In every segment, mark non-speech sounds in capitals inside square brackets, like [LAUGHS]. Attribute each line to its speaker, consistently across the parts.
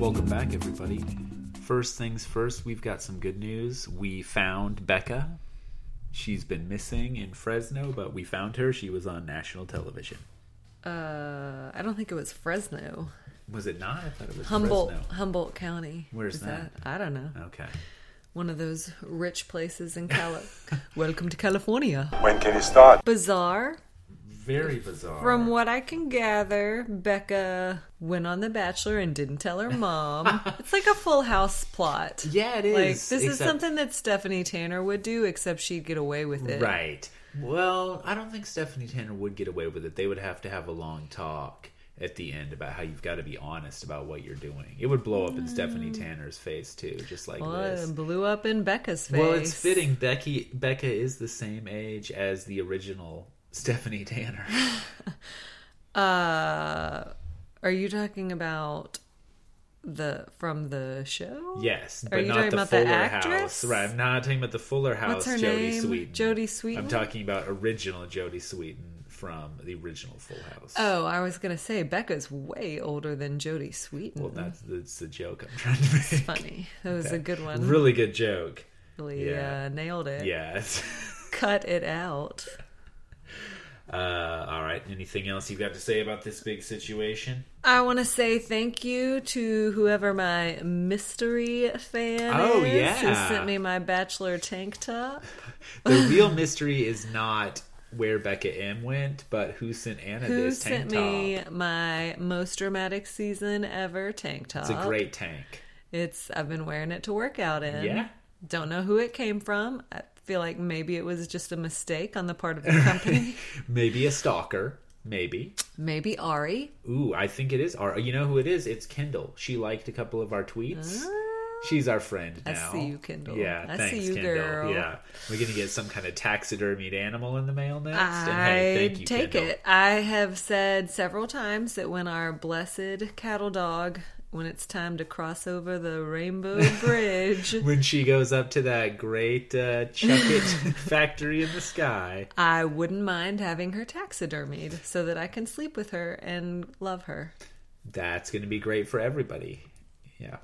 Speaker 1: Welcome back, everybody. First things first, we've got some good news. We found Becca. She's been missing in Fresno, but we found her. She was on national television.
Speaker 2: Uh, I don't think it was Fresno.
Speaker 1: Was it not? I thought it was
Speaker 2: Humboldt,
Speaker 1: Fresno.
Speaker 2: Humboldt County.
Speaker 1: Where's
Speaker 2: Is
Speaker 1: that?
Speaker 2: I don't know.
Speaker 1: Okay.
Speaker 2: One of those rich places in Cali. [LAUGHS] Welcome to California.
Speaker 3: When can you start?
Speaker 2: Bizarre.
Speaker 1: Very bizarre.
Speaker 2: From what I can gather, Becca went on The Bachelor and didn't tell
Speaker 1: [LAUGHS]
Speaker 2: her mom. it's like a full house plot.
Speaker 1: Yeah, it is.
Speaker 2: Like, this is
Speaker 1: except-
Speaker 2: something that Stephanie Tanner would do, except she'd get away with it.
Speaker 1: Right. Well, I don't think Stephanie Tanner would get away with it. They would have to have a long talk at the end about how you've got to be honest about what you're doing. It would blow up in Stephanie Tanner's face too, just like
Speaker 2: Mm. Well,
Speaker 1: this.
Speaker 2: it blew up in Becca's face.
Speaker 1: Well, it's fitting. Becky Becca is the same age as the original Stephanie
Speaker 2: [GASPS]
Speaker 1: Tanner.
Speaker 2: Uh, are you talking about the from the show?
Speaker 1: Yes,
Speaker 2: Are
Speaker 1: but
Speaker 2: you
Speaker 1: not
Speaker 2: talking
Speaker 1: the
Speaker 2: about the
Speaker 1: Fuller House.
Speaker 2: actress?
Speaker 1: Right. I'm not talking about the Fuller House.
Speaker 2: What's her
Speaker 1: Jodie
Speaker 2: name?
Speaker 1: Sweetin.
Speaker 2: Jodie Sweetin?
Speaker 1: I'm talking about original Jodie Sweetin from the original Full House.
Speaker 2: Oh, I was gonna say Becca's way older than Jodie Sweetin.
Speaker 1: Well, that's that's the joke I'm trying to make.
Speaker 2: funny. That was a good one.
Speaker 1: Really good joke.
Speaker 2: Really,
Speaker 1: yeah.
Speaker 2: uh, nailed it.
Speaker 1: Yes.
Speaker 2: Cut it out.
Speaker 1: Uh, all right. Anything else you've got to say about this big situation?
Speaker 2: I want to say thank you to whoever my mystery fan
Speaker 1: Oh,
Speaker 2: is
Speaker 1: yeah.
Speaker 2: who sent me my bachelor tank top. [LAUGHS]
Speaker 1: The real mystery is not where Becca M went, but who sent Anna
Speaker 2: Who
Speaker 1: this tank
Speaker 2: sent
Speaker 1: top.
Speaker 2: me my most dramatic season ever tank top?
Speaker 1: It's a great tank.
Speaker 2: It's I've been wearing it to work out in.
Speaker 1: Yeah.
Speaker 2: Don't know who it came from. I feel like maybe it was just a mistake on the part of the
Speaker 1: [LAUGHS]
Speaker 2: company.
Speaker 1: Maybe a stalker. Maybe.
Speaker 2: maybe Ari.
Speaker 1: Ooh, I think it is. Our, you know who it is? It's Kendall. She liked a couple of our tweets. She's our friend
Speaker 2: Ah. I
Speaker 1: now.
Speaker 2: see you, Kendall.
Speaker 1: Yeah,
Speaker 2: I see
Speaker 1: thanks,
Speaker 2: you,
Speaker 1: Kendall.
Speaker 2: girl.
Speaker 1: Yeah, we're gonna get some kind of taxidermied animal in the mail next.
Speaker 2: I
Speaker 1: and hey, thank you,
Speaker 2: take
Speaker 1: Kendall.
Speaker 2: it. I have said several times that when our blessed cattle dog, when it's time to cross over
Speaker 1: [LAUGHS]
Speaker 2: the rainbow bridge,
Speaker 1: When she goes up to that great uh, Chuck It
Speaker 2: [LAUGHS]
Speaker 1: factory in the sky,
Speaker 2: I wouldn't mind having her taxidermied so that I can sleep with her and love her.
Speaker 1: that's gonna be great for everybody. Yeah,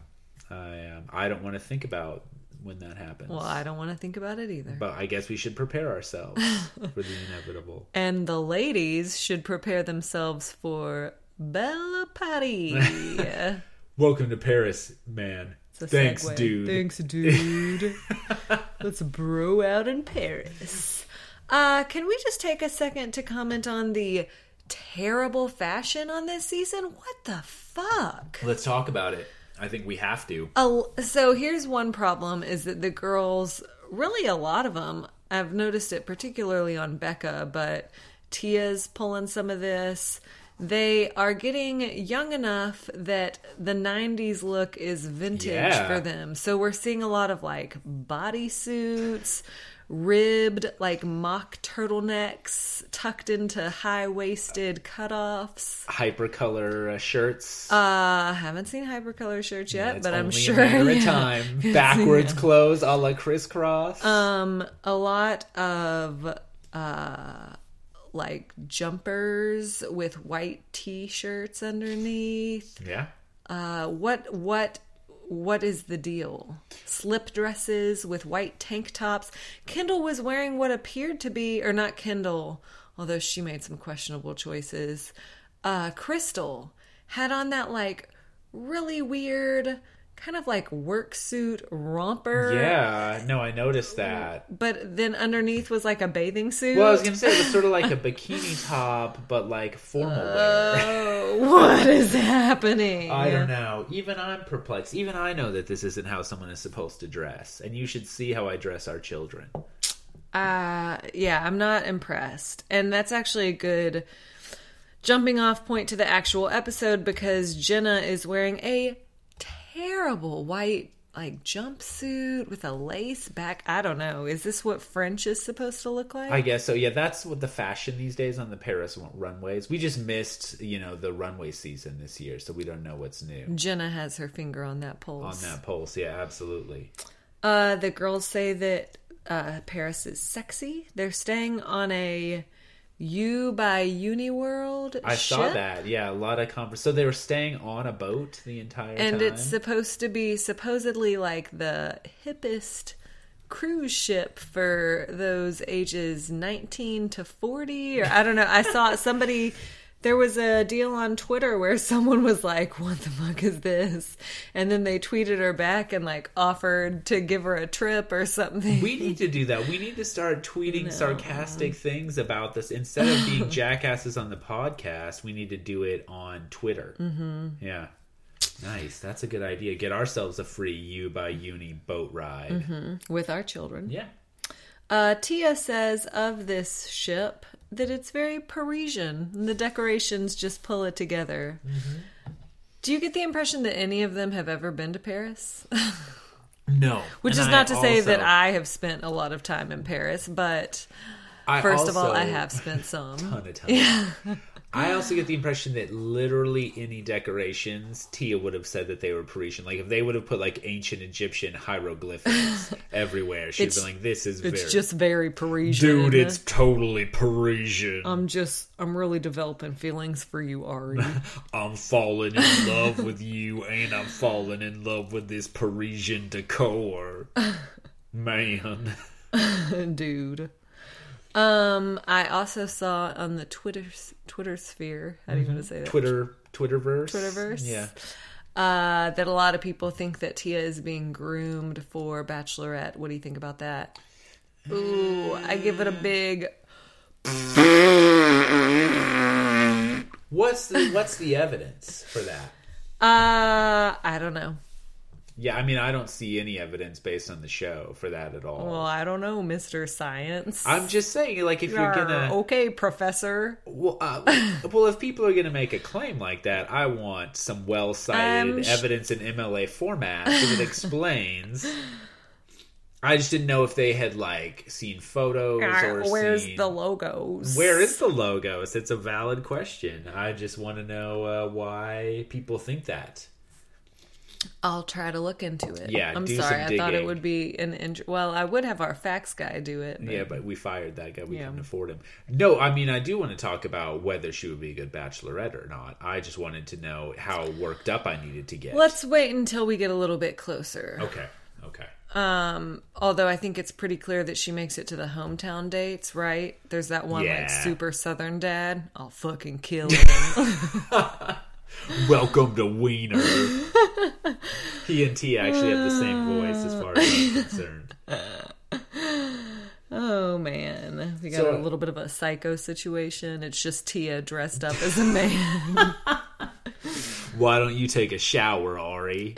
Speaker 1: I um, I don't want to think about when that happens.
Speaker 2: Well, I don't want to think about it either.
Speaker 1: But I guess we should prepare ourselves
Speaker 2: [LAUGHS]
Speaker 1: for the inevitable.
Speaker 2: And the ladies should prepare themselves for Bella Patty.
Speaker 1: [LAUGHS]
Speaker 2: it's
Speaker 1: Welcome to Paris, man.
Speaker 2: a
Speaker 1: Thanks,
Speaker 2: segue.
Speaker 1: dude. [LAUGHS]
Speaker 2: Thanks, dude. Let's bro out in Paris. Uh, can we just take a second to comment on the terrible fashion on this season? What the fuck?
Speaker 1: Let's talk about it. I think we have to.
Speaker 2: A, so here's one problem is that the girls, really a lot of them, I've noticed it particularly on Becca, but Tia's pulling some of this. They are getting young enough that the 90s look is vintage
Speaker 1: Yeah.
Speaker 2: for them. So we're seeing a lot of like bodysuits, ribbed, like mock turtlenecks tucked into high waisted cutoffs.
Speaker 1: Hypercolor uh, shirts.
Speaker 2: Uh, I haven't seen hypercolor shirts yet,
Speaker 1: It's
Speaker 2: but I'm
Speaker 1: only
Speaker 2: sure.
Speaker 1: a matter of
Speaker 2: [LAUGHS] yeah.
Speaker 1: time. Backwards clothes, a la crisscross.
Speaker 2: um a lot of uh like jumpers with white t-shirts underneath
Speaker 1: yeah.
Speaker 2: uh what what what is the deal slip dresses with white tank tops kendall was wearing what appeared to be or not kendall although she made some questionable choices uh crystal had on that like really weird kind of like work suit romper
Speaker 1: Yeah. No, I noticed that.
Speaker 2: but then underneath was like a bathing suit.
Speaker 1: Well, I was gonna say it was sort of like a
Speaker 2: [LAUGHS]
Speaker 1: bikini top, but like formal
Speaker 2: Uh,
Speaker 1: wear.
Speaker 2: Oh, what is happening?
Speaker 1: I don't know. Even I'm perplexed. Even I know that this isn't how someone is supposed to dress. And you should see how I dress our children.
Speaker 2: Uh, yeah, I'm not impressed. And that's actually a good jumping off point to the actual episode because Jenna is wearing a terrible white like jumpsuit with a lace back. I don't know. Is this what French is supposed to look like?
Speaker 1: I guess so. Yeah, that's what the fashion these days on the Paris runways. We just missed, you know, the runway season this year, so we don't know what's new
Speaker 2: Jenna has her finger on that
Speaker 1: on
Speaker 2: pulse.
Speaker 1: that pulse. Yeah, absolutely.
Speaker 2: Uh, the girls say that uh, Paris is sexy. They're staying on a You by Uniworld.
Speaker 1: I saw
Speaker 2: ship?
Speaker 1: that. Yeah, a lot of conference. So they were staying on a boat the entire time.
Speaker 2: And it's supposed to be supposedly like the hippest cruise ship for those ages 19 to 40 or I don't know. I
Speaker 1: [LAUGHS]
Speaker 2: saw somebody there was a deal on Twitter where [LAUGHS] someone was like, "What the fuck is this?" And then they tweeted her back and like offered to give her a trip or something.
Speaker 1: We need to do that. We need to start tweeting sarcastic things about this. Instead of being jackasses on the podcast, we need to do it on Twitter. Mm-hmm. Yeah. Nice. That's a good idea. Get ourselves a free U by Uni boat ride.
Speaker 2: With our children.
Speaker 1: Yeah.
Speaker 2: Uh, Tia says of this ship that it's very Parisian. and The decorations just pull it together. Mm-hmm. Do you get the impression that any of them have ever been to Paris? [LAUGHS]
Speaker 1: No.
Speaker 2: Which
Speaker 1: And
Speaker 2: is
Speaker 1: I
Speaker 2: not to say that
Speaker 1: also-
Speaker 2: I have spent a lot of time in Paris, but
Speaker 1: I
Speaker 2: first of all,
Speaker 1: also-
Speaker 2: I have
Speaker 1: [LAUGHS]
Speaker 2: spent some.
Speaker 1: ton of time. I also get the impression that literally any decorations, Tia would have said that they were Parisian. Like if they would have put like ancient Egyptian
Speaker 2: [LAUGHS]
Speaker 1: hieroglyphics everywhere, she'd be
Speaker 2: It's-
Speaker 1: like, "This is
Speaker 2: It's
Speaker 1: very
Speaker 2: just very Parisian.
Speaker 1: dude. It's totally Parisian.
Speaker 2: I'm just, I'm really developing feelings for you,
Speaker 1: [LAUGHS]
Speaker 2: Ari. [LAUGHS]
Speaker 1: I'm falling in love with you, and I'm falling in love with this Parisian decor,
Speaker 2: [LAUGHS]
Speaker 1: man."
Speaker 2: dude. Um, I also saw on the Twitter Twitter sphere. How do you want to say that?
Speaker 1: Mm-hmm. Twitter, Twitterverse,
Speaker 2: Twitterverse.
Speaker 1: Yeah,
Speaker 2: uh, that a lot of people think that Tia is being groomed for Bachelorette. What do you think about that? Ooh, I give it
Speaker 1: Mm.
Speaker 2: a big.
Speaker 1: what's the what's the evidence for that?
Speaker 2: Uh, I don't know.
Speaker 1: Yeah, I mean, I don't see any evidence based on the show for that at all.
Speaker 2: Well, I don't know, Mister Science.
Speaker 1: I'm just saying, like, if you're
Speaker 2: Arr,
Speaker 1: gonna,
Speaker 2: okay, Professor.
Speaker 1: well, uh, well, if people are gonna make a claim like that, I want some well-cited
Speaker 2: I'm sh-
Speaker 1: evidence in MLA format
Speaker 2: [LAUGHS]
Speaker 1: that explains. I just didn't know if they had like seen photos
Speaker 2: Arr,
Speaker 1: or
Speaker 2: Where's
Speaker 1: seen-
Speaker 2: the logos?
Speaker 1: where is the logos? It's a valid question. I just want to know uh, why people think that.
Speaker 2: I'll try to look into it.
Speaker 1: Yeah,
Speaker 2: I'm
Speaker 1: do
Speaker 2: sorry.
Speaker 1: some
Speaker 2: I thought it
Speaker 1: digging.
Speaker 2: would be an inj- well. I would have our fax guy do it. But
Speaker 1: Yeah, but we fired that guy. We
Speaker 2: Yeah.
Speaker 1: couldn't afford him. No, I mean, I do want to talk about whether she would be a good bachelorette or not. I just wanted to know how worked up I needed to get.
Speaker 2: Let's wait until we get a little bit closer.
Speaker 1: Okay. Okay.
Speaker 2: Um, although I think it's pretty clear that she makes it to the hometown dates, right? There's that one
Speaker 1: Yeah.
Speaker 2: like super southern dad. I'll fucking
Speaker 1: [LAUGHS]
Speaker 2: kill him.
Speaker 1: Welcome to
Speaker 2: [LAUGHS]
Speaker 1: Wiener. he and T actually have the same voice as far as
Speaker 2: [LAUGHS]
Speaker 1: I'm concerned.
Speaker 2: oh man, we got
Speaker 1: So-
Speaker 2: a little bit of a psycho situation. It's just Tia dressed up as a man. [LAUGHS]
Speaker 1: Why don't you take a shower, Ari?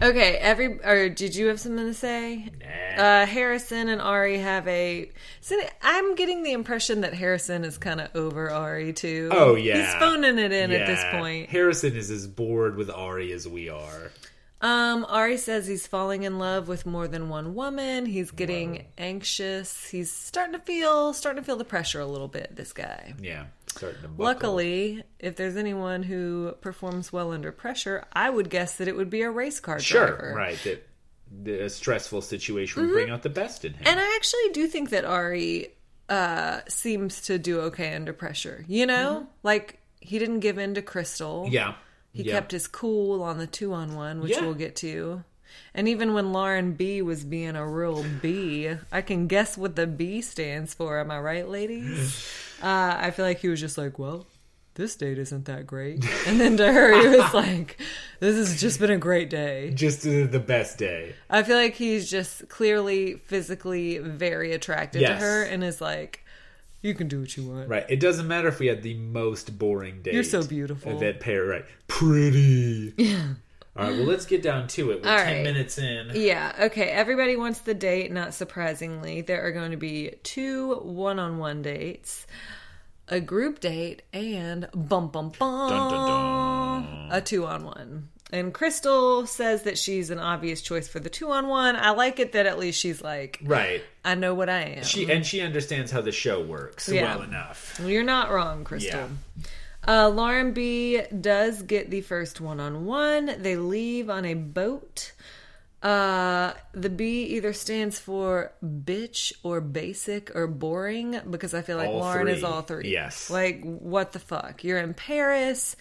Speaker 2: okay, every or did you have something to say?
Speaker 1: Nah.
Speaker 2: Uh, Harrison and Ari have a. So I'm getting the impression that Harrison is kind of over Ari too.
Speaker 1: Oh, yeah.
Speaker 2: he's phoning it in at this
Speaker 1: Yeah.
Speaker 2: point.
Speaker 1: Harrison is as bored with Ari as we are.
Speaker 2: Um, Ari says he's falling in love with more than one woman. He's getting anxious. He's starting to feel starting to feel the pressure a little bit. This guy.
Speaker 1: Yeah. Starting to buckle.
Speaker 2: Luckily, if there's anyone who performs well under pressure, I would guess that it would be a race car
Speaker 1: Sure.
Speaker 2: driver.
Speaker 1: Right. That the, a stressful situation would bring out the best in him.
Speaker 2: Mm-hmm. And I actually do think that Ari uh, seems to do okay under pressure. You know,
Speaker 1: Mm-hmm.
Speaker 2: like he didn't give in to Crystal.
Speaker 1: yeah.
Speaker 2: He
Speaker 1: yeah.
Speaker 2: kept his cool on the two on one, which
Speaker 1: Yeah.
Speaker 2: we'll get to. And even when Lauren B was being a real B, I can guess what the B stands for. Am I
Speaker 1: [LAUGHS]
Speaker 2: right, ladies? Uh, I feel like he was just like, well, this date isn't that great. And then to her,
Speaker 1: [LAUGHS]
Speaker 2: he was like, this has just been a great day.
Speaker 1: just uh, the best day.
Speaker 2: I feel like he's just clearly physically very attracted
Speaker 1: Yes.
Speaker 2: to her and is like, you can do what you want.
Speaker 1: Right. It doesn't matter if we had the most boring date.
Speaker 2: You're so beautiful.
Speaker 1: That pair, right?
Speaker 2: [LAUGHS]
Speaker 1: Pretty. Yeah. All right. Well, let's get down to it. We're
Speaker 2: All
Speaker 1: ten
Speaker 2: right.
Speaker 1: minutes in.
Speaker 2: Yeah, okay. Everybody wants the date, not surprisingly. There are going to be two one on one dates, a group date, and bum bum bum
Speaker 1: Dun, dun, dun.
Speaker 2: a two on one. And Crystal says that she's an obvious choice for the two on one. I like it that at least she's like,
Speaker 1: Right.
Speaker 2: I know what I am.
Speaker 1: She and she understands how the show works
Speaker 2: Mm-hmm. Yeah.
Speaker 1: well enough.
Speaker 2: You're not wrong, Crystal. Uh, Lauren B does get the first one on one. They leave on a boat. Uh, the B either stands for bitch or basic or boring because I feel like
Speaker 1: All
Speaker 2: Lauren is
Speaker 1: three.
Speaker 2: all three.
Speaker 1: Yes.
Speaker 2: Like, what the fuck? You're in Paris.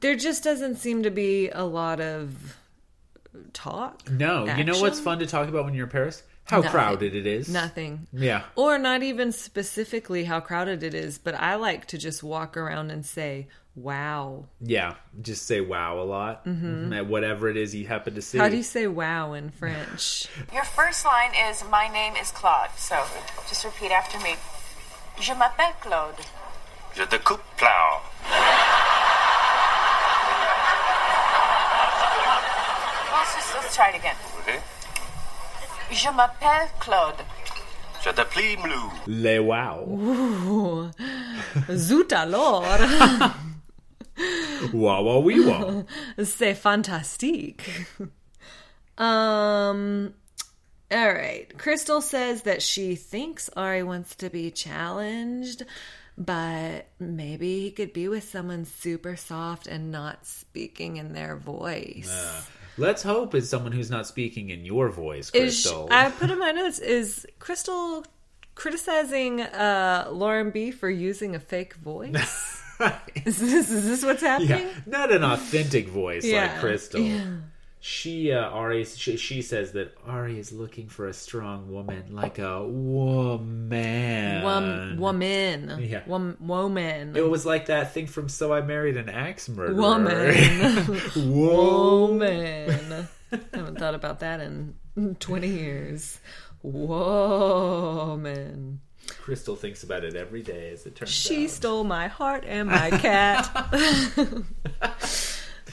Speaker 2: There just doesn't seem to be a lot of talk.
Speaker 1: No, you know what's
Speaker 2: Action?
Speaker 1: fun to talk about when you're in Paris? How
Speaker 2: Nothing.
Speaker 1: crowded it is.
Speaker 2: Nothing.
Speaker 1: Yeah.
Speaker 2: Or not even specifically how crowded it is, but I like to just walk around and say, wow.
Speaker 1: Yeah. Just say wow a lot. Mhm, At whatever it is you happen to see.
Speaker 2: Mm-hmm. How do you say wow in French?
Speaker 3: Your first line is, My name is Claude. So just repeat after me. Je m'appelle Claude.
Speaker 4: Je découpe plow.
Speaker 3: Let's, just, let's try it again.
Speaker 4: Okay.
Speaker 3: Je m'appelle Claude.
Speaker 4: Je déplie blue.
Speaker 1: Le
Speaker 2: [LAUGHS]
Speaker 1: wow.
Speaker 2: Zut alors!
Speaker 1: Wow, wow, wee wow.
Speaker 2: [LAUGHS] C'est fantastique. [LAUGHS] um, all right. Crystal says that she thinks Ari wants to be challenged, but maybe he could be with someone super soft and not speaking in their voice.
Speaker 1: Let's hope it's someone who's not speaking in your voice,
Speaker 2: is
Speaker 1: Crystal.
Speaker 2: I put in my notes is Crystal criticizing uh, Lauren B for using a fake voice?
Speaker 1: [LAUGHS]
Speaker 2: is this is this what's happening?
Speaker 1: yeah, not an authentic voice like
Speaker 2: Yeah.
Speaker 1: Crystal. She uh, Ari she, she says that Ari is looking for a strong woman, like a woman.
Speaker 2: Wom- woman.
Speaker 1: Uh, Yeah.
Speaker 2: Wom- woman.
Speaker 1: It was like that thing from So I Married an Axe Murderer.
Speaker 2: Woman.
Speaker 1: [LAUGHS] Woman. [LAUGHS]
Speaker 2: [LAUGHS] woman. I haven't thought about that in 20 years. Woman.
Speaker 1: Crystal thinks about it every day, as it turns
Speaker 2: She
Speaker 1: out.
Speaker 2: stole my heart and
Speaker 1: [LAUGHS]
Speaker 2: my cat. Oh,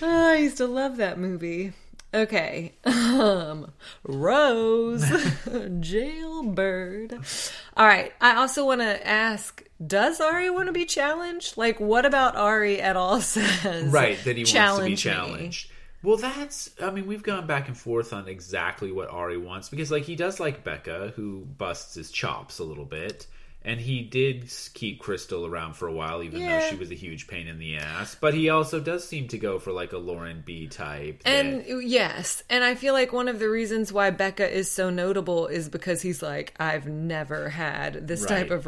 Speaker 2: I used to love that movie. Okay. Um, Rose, [LAUGHS] jailbird. All right. I also want to ask does Ari want to be challenged? Like, what about Ari at all [LAUGHS] says?
Speaker 1: right that he wants to be
Speaker 2: me."
Speaker 1: challenged. Well, that's. I mean, we've gone back and forth on exactly what Ari wants because, like, he does like Becca, who busts his chops a little bit, and he did s- keep Crystal around for a while, even though
Speaker 2: Yeah.
Speaker 1: she was a huge pain in the ass. But he also does seem to go for like a Lauren B type. that-
Speaker 2: And yes, and I feel like one of the reasons why Becca is so notable is because he's like, I've never had this type
Speaker 1: Right.
Speaker 2: of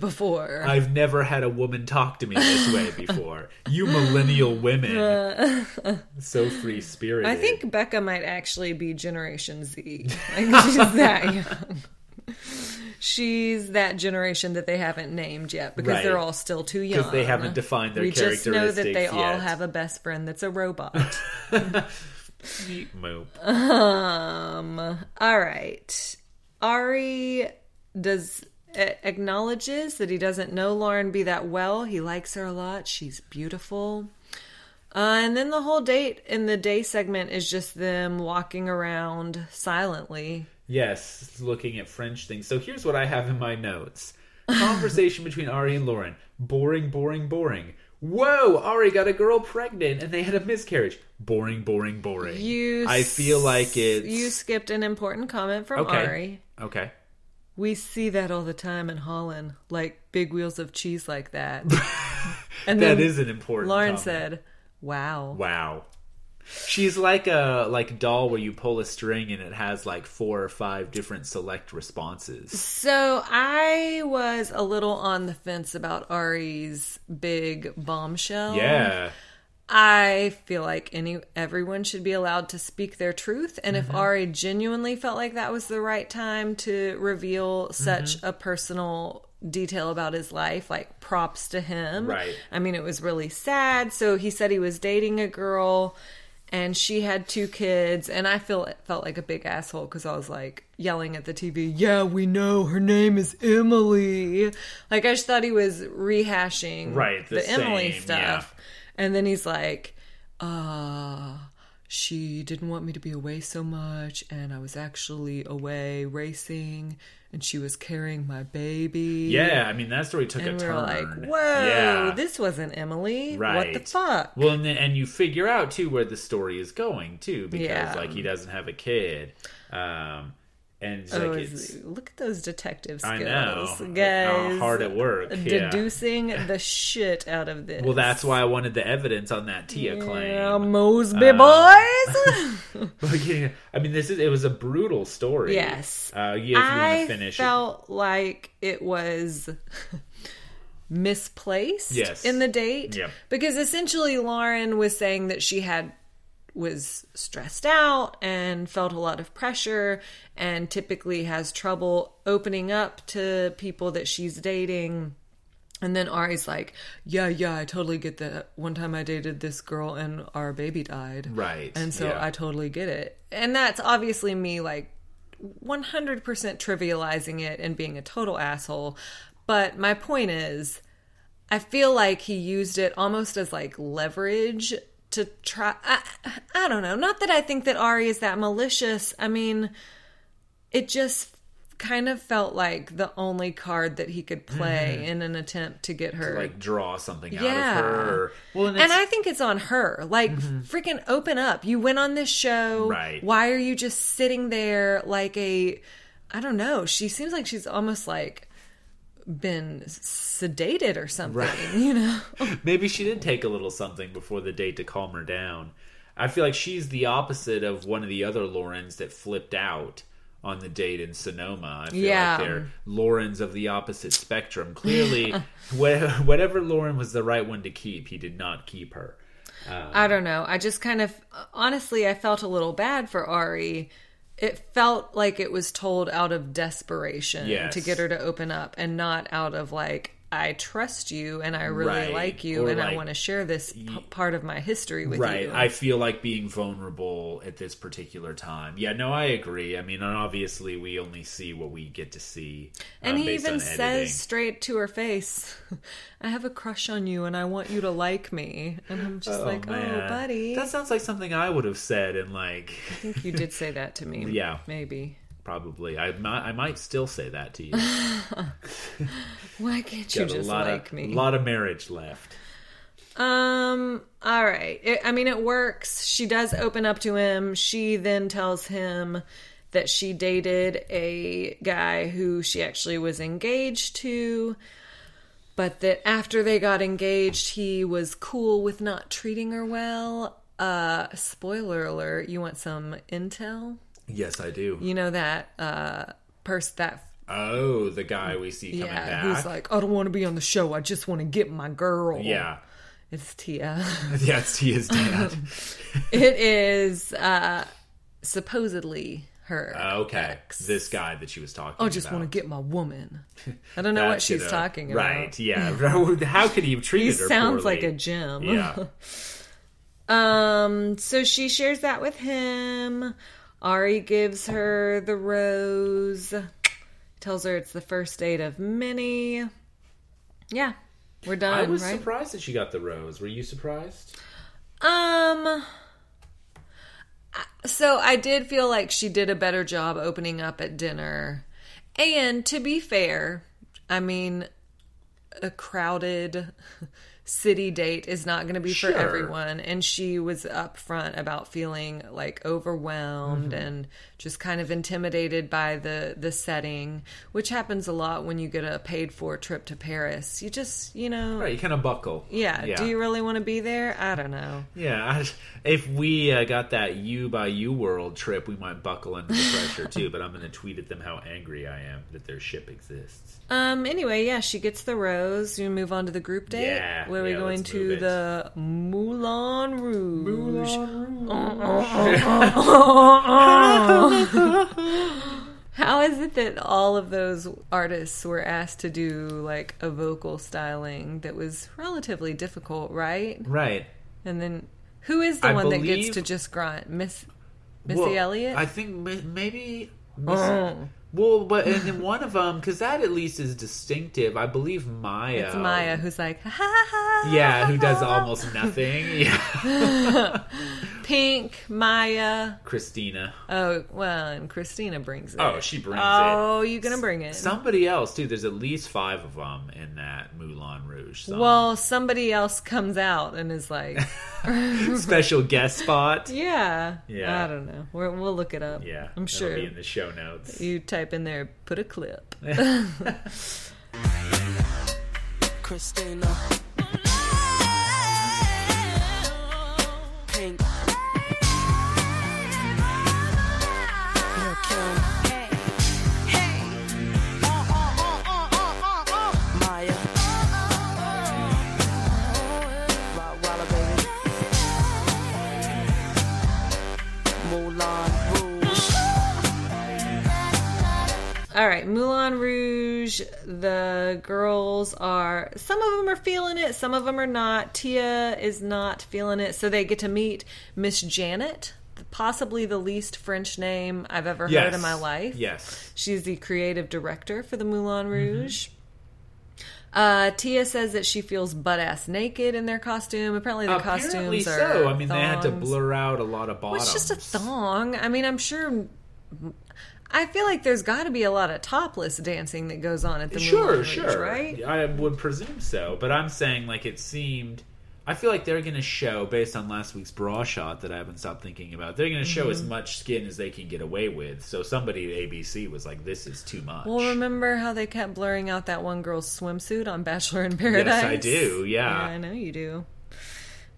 Speaker 1: [LAUGHS]
Speaker 2: before.
Speaker 1: I've never had a woman talk to me this
Speaker 2: [LAUGHS]
Speaker 1: way before. You millennial women, so free spirited.
Speaker 2: I think Becca might actually be Generation Z. Like,
Speaker 1: [LAUGHS]
Speaker 2: she's that young. She's that generation that they haven't named yet because
Speaker 1: Right.
Speaker 2: they're all still too young.
Speaker 1: because they haven't defined their
Speaker 2: we
Speaker 1: characteristics
Speaker 2: just know that they
Speaker 1: yet.
Speaker 2: all have a best friend that's a robot.
Speaker 1: Mope.
Speaker 2: um. All right. Ari does a- acknowledges that he doesn't know Lauren B that well. He likes her a lot. She's beautiful. Uh, and then the whole date in the day segment is just them walking around silently.
Speaker 1: Yes, looking at French things. So here's what I have in my notes. Conversation between Ari and Lauren. Boring, boring, boring. Whoa, Ari got a girl pregnant and they had a miscarriage. Boring, boring, boring.
Speaker 2: You,
Speaker 1: I feel like it's
Speaker 2: you skipped an important comment from
Speaker 1: Okay.
Speaker 2: Ari.
Speaker 1: Okay.
Speaker 2: We see that all the time in Holland, like big wheels of cheese like
Speaker 1: [LAUGHS]
Speaker 2: that. and
Speaker 1: That
Speaker 2: then
Speaker 1: is an important
Speaker 2: Lauren
Speaker 1: comment.
Speaker 2: said, "Wow."
Speaker 1: Wow. She's like a like a doll where you pull a string and it has like four or five different select responses.
Speaker 2: So I was a little on the fence about Ari's big bombshell.
Speaker 1: Yeah.
Speaker 2: I feel like any everyone should be allowed to speak their truth, and
Speaker 1: Mm-hmm.
Speaker 2: if Ari genuinely felt like that was the right time to reveal such
Speaker 1: Mm-hmm.
Speaker 2: a personal detail about his life, like props to him.
Speaker 1: Right.
Speaker 2: I mean, it was really sad. So he said he was dating a girl, and she had two kids, and I feel felt like a big asshole because I was like yelling at the TV, "Yeah, we know her name is Emily." Like I just thought he was rehashing
Speaker 1: Right, the
Speaker 2: the, Emily
Speaker 1: same,
Speaker 2: stuff.
Speaker 1: yeah.
Speaker 2: And then he's like, uh, she didn't want me to be away so much, and I was actually away racing, and she was carrying my baby.
Speaker 1: Yeah, I mean that story took
Speaker 2: And
Speaker 1: a
Speaker 2: we
Speaker 1: turn.
Speaker 2: were like, whoa,
Speaker 1: Yeah.
Speaker 2: this wasn't Emily. What the
Speaker 1: Right.
Speaker 2: fuck?
Speaker 1: Well, and, then, and you figure out too where the story is going too, because
Speaker 2: Yeah.
Speaker 1: like he doesn't have a kid, um, and it's
Speaker 2: Oh,
Speaker 1: like
Speaker 2: is-
Speaker 1: it's
Speaker 2: look at those detective
Speaker 1: I
Speaker 2: skills,
Speaker 1: know
Speaker 2: guys.
Speaker 1: how hard at work. yeah.
Speaker 2: deducing the shit out of this.
Speaker 1: Well, that's why I wanted the evidence on that Tia
Speaker 2: Yeah,
Speaker 1: claim.
Speaker 2: Mosby
Speaker 1: Oh. [LAUGHS]
Speaker 2: boys. [LAUGHS]
Speaker 1: But yeah, I mean, this is it was a brutal story.
Speaker 2: Yes.
Speaker 1: Uh, yeah, if you want
Speaker 2: I
Speaker 1: to finish
Speaker 2: felt like it was [LAUGHS] misplaced
Speaker 1: Yes.
Speaker 2: in the date
Speaker 1: Yep.
Speaker 2: because essentially Lauren was saying that she had was stressed out and felt a lot of pressure and typically has trouble opening up to people that she's dating. And then Ari's like, "Yeah, yeah, I totally get that. One time I dated this girl and our baby died."
Speaker 1: it, right?
Speaker 2: And so
Speaker 1: yeah.
Speaker 2: I totally get it. And that's obviously me like 100% trivializing it and being a total asshole. But my point is, I feel like he used it almost as like leverage to try. I, I don't know. Not that I think that Ari is that malicious. I mean, it just kind of felt like the only card that he could play in an attempt to get her
Speaker 1: like draw something
Speaker 2: Yeah.
Speaker 1: out of her. or- Well, and,
Speaker 2: and
Speaker 1: it's- Mm-hmm.
Speaker 2: I think it's on her. Like, freaking open up. You went on this show.
Speaker 1: Right.
Speaker 2: Why are you just sitting there like a. I don't know. She seems like she's almost like been sedated or something, you know?
Speaker 1: maybe she did take a little something before the date to calm her down. I feel like she's the opposite of one of the other Laurens that flipped out on the date in Sonoma. I feel
Speaker 2: Yeah.
Speaker 1: like they're Laurens of the opposite spectrum. Clearly, [LAUGHS] wha- whatever Lauren was the right one to keep, he did not keep her.
Speaker 2: I don't know. I just kind of honestly, I felt a little bad for Ari. It felt like it was told out of desperation
Speaker 1: Yes.
Speaker 2: to get her to open up and not out of like, I trust you and I really
Speaker 1: Right.
Speaker 2: like you
Speaker 1: Or
Speaker 2: and I
Speaker 1: like,
Speaker 2: want to share this p- part of my history with
Speaker 1: Right.
Speaker 2: you.
Speaker 1: I feel like being vulnerable at this particular time. Yeah, no, I agree. I mean, and obviously, we only see what we get to see.
Speaker 2: And
Speaker 1: um,
Speaker 2: he
Speaker 1: based
Speaker 2: even
Speaker 1: on
Speaker 2: says
Speaker 1: editing.
Speaker 2: straight to her face, [LAUGHS] I have a crush on you and I want you to like me. And I'm just like, oh,
Speaker 1: man.
Speaker 2: buddy.
Speaker 1: That sounds like something I would have said, and like,
Speaker 2: I think you did say that to me.
Speaker 1: [LAUGHS] Yeah.
Speaker 2: Maybe.
Speaker 1: probably. I might, I might still say that
Speaker 2: [LAUGHS]
Speaker 1: to you.
Speaker 2: Why can't you
Speaker 1: Got a
Speaker 2: just
Speaker 1: lot
Speaker 2: like
Speaker 1: of,
Speaker 2: me?
Speaker 1: lot of marriage left.
Speaker 2: Um. All right. It, I mean, it works. She does open up to him. She then tells him that she dated a guy who she actually was engaged to, but that after they got engaged, he was cool with not treating her well. Uh, spoiler alert. You want some intel?
Speaker 1: Yes, I do.
Speaker 2: You know that uh, person that
Speaker 1: Oh, the guy we see coming back.
Speaker 2: yeah, who's like, I don't want to be on the show. I just want to get my girl.
Speaker 1: yeah,
Speaker 2: it's Tia. [LAUGHS]
Speaker 1: [LAUGHS] yeah, it's Tia's dad.
Speaker 2: It is uh supposedly her.
Speaker 1: Ah, Uh, okay,
Speaker 2: ex.
Speaker 1: this guy that she was talking.
Speaker 2: I just
Speaker 1: about.
Speaker 2: want to get my woman.
Speaker 1: [LAUGHS]
Speaker 2: I don't know what she's talking about.
Speaker 1: Right?
Speaker 2: [LAUGHS]
Speaker 1: Yeah. How could he have treated
Speaker 2: He
Speaker 1: her?
Speaker 2: sounds like a
Speaker 1: poorly?
Speaker 2: gem.
Speaker 1: Yeah.
Speaker 2: [LAUGHS] Um. So she shares that with him. Ari gives her the rose. Tells her it's the first date of many. Yeah, we're
Speaker 1: I
Speaker 2: done.
Speaker 1: was
Speaker 2: right?
Speaker 1: surprised that she got the rose. Were you surprised?
Speaker 2: Um. I- So I did feel like she did a better job opening up at dinner. And to be fair, I mean, a crowded [LAUGHS] city date is not going to be
Speaker 1: Sure.
Speaker 2: for everyone. And she was upfront about feeling like overwhelmed
Speaker 1: Mm-hmm.
Speaker 2: and just kind of intimidated by the, the setting, which happens a lot when you get a paid for trip to Paris. You just, you know,
Speaker 1: Right, you kind of buckle.
Speaker 2: yeah. Do you really want to be there? I don't know.
Speaker 1: Yeah, I, if we uh, got that you by you world trip, we might buckle under the pressure too. But I'm going to tweet at them how angry I am that their ship exists.
Speaker 2: Um. Anyway, yeah, she gets the rose. You move on to the group date.
Speaker 1: Yeah,
Speaker 2: Where are we
Speaker 1: yeah,
Speaker 2: going
Speaker 1: let's move
Speaker 2: to
Speaker 1: it.
Speaker 2: the Moulin Rouge? [LAUGHS] How is it that all of those artists were asked to do like a vocal styling that was relatively difficult, right?
Speaker 1: Right.
Speaker 2: And then who is the
Speaker 1: I
Speaker 2: one that
Speaker 1: believe-
Speaker 2: gets to just grunt? Miss Missy
Speaker 1: Well,
Speaker 2: Elliott? Oh, Uh.
Speaker 1: I think ma- maybe. Miss- Well, but and then one of them because that at least is distinctive. I believe Maya.
Speaker 2: it's Maya who's like ha ha ha.
Speaker 1: [LAUGHS] Yeah, who does almost nothing. Yeah.
Speaker 2: Pink, Maya.
Speaker 1: Christina.
Speaker 2: Oh, well, and Christina brings it.
Speaker 1: Oh, she brings
Speaker 2: Oh, you going to bring
Speaker 1: it.
Speaker 2: it.
Speaker 1: Somebody else too. There's at least five of them in that Moulin Rouge. Song.
Speaker 2: well, somebody else comes out and
Speaker 1: [LAUGHS]
Speaker 2: is like, [LAUGHS]
Speaker 1: special guest spot.
Speaker 2: yeah.
Speaker 1: Yeah.
Speaker 2: I don't know. We're, we'll look it up.
Speaker 1: Yeah,
Speaker 2: I'm
Speaker 1: that'll
Speaker 2: sure.
Speaker 1: be in the show notes.
Speaker 2: You type in there, put a clip.
Speaker 1: [LAUGHS]
Speaker 5: Christina. Pink. Lil' Kim. Maya. Rottweiler, baby. Moulin Rouge.
Speaker 2: All right, Moulin Rouge. The girls are, some of them are feeling it, some of them are not. Tia is not feeling it. So they get to meet Miss Janet, possibly the least French name I've ever heard in my life.
Speaker 1: Yes.
Speaker 2: She's the creative director for the
Speaker 1: Mm-hmm.
Speaker 2: Moulin Rouge. Uh, Tia says that she feels butt ass naked in their costume. Apparently, the
Speaker 1: Apparently
Speaker 2: costumes are.
Speaker 1: so. I mean, they had to
Speaker 2: thongs.
Speaker 1: blur out a lot of
Speaker 2: Well,
Speaker 1: bottoms.
Speaker 2: it's just a thong. I mean, I'm sure. I feel like there's got to be a lot of topless dancing that goes on at the
Speaker 1: Sure,
Speaker 2: Moulin Rouge,
Speaker 1: sure.
Speaker 2: right?
Speaker 1: I would presume so, but I'm saying like it seemed. I feel like they're going to show, based on last week's bra shot that I haven't stopped thinking about, they're going to show as
Speaker 2: Mm-hmm.
Speaker 1: much skin as they can get away with. So somebody at ABC was like, "This is too much."
Speaker 2: Well, remember how they kept blurring out that one girl's swimsuit on Bachelor in Paradise?
Speaker 1: yes, I do.
Speaker 2: Yeah,
Speaker 1: Yeah,
Speaker 2: I know you do.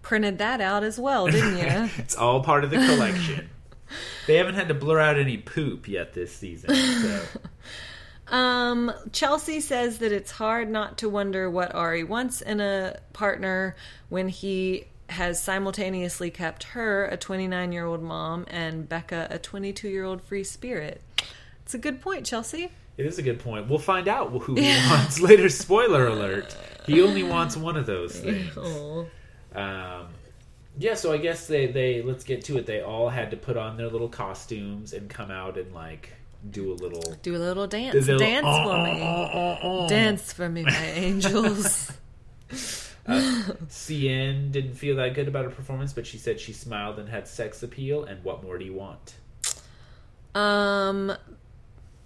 Speaker 2: Printed that out as well,
Speaker 1: [LAUGHS]
Speaker 2: didn't you?
Speaker 1: it's all part of the
Speaker 2: [LAUGHS]
Speaker 1: collection. they haven't had to blur out any poop yet this season. So.
Speaker 2: [LAUGHS] Um, Chelsea says that it's hard not to wonder what Ari wants in a partner when he has simultaneously kept her, a 29 year old mom, and Becca, a 22 year old free spirit. It's a good point, Chelsea.
Speaker 1: It is a good point. We'll find out who
Speaker 2: [LAUGHS]
Speaker 1: he wants later. Spoiler alert. He only wants one of those things.
Speaker 2: Oh,
Speaker 1: Um, yeah, so I guess they, they, let's get to it. They all had to put on their little costumes and come out and like do a little.
Speaker 2: Do a little dance.
Speaker 1: do a little,
Speaker 2: dance
Speaker 1: "Uh,
Speaker 2: for
Speaker 1: uh,
Speaker 2: me.
Speaker 1: uh, uh, uh."
Speaker 2: Dance for me, my [LAUGHS] angels.
Speaker 1: CN didn't feel that good about her performance, but she said she smiled and had sex appeal. And what more do you want?
Speaker 2: Um,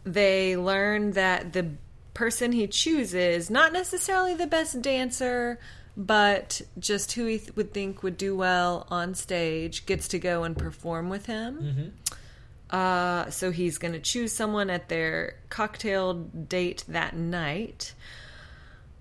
Speaker 2: they learn that the person he chooses, not necessarily the best dancer, but just who he th- would think would do well on stage, gets to go and perform with him.
Speaker 1: Mm-hmm.
Speaker 2: Uh, so he's going to choose someone at their cocktail date that night.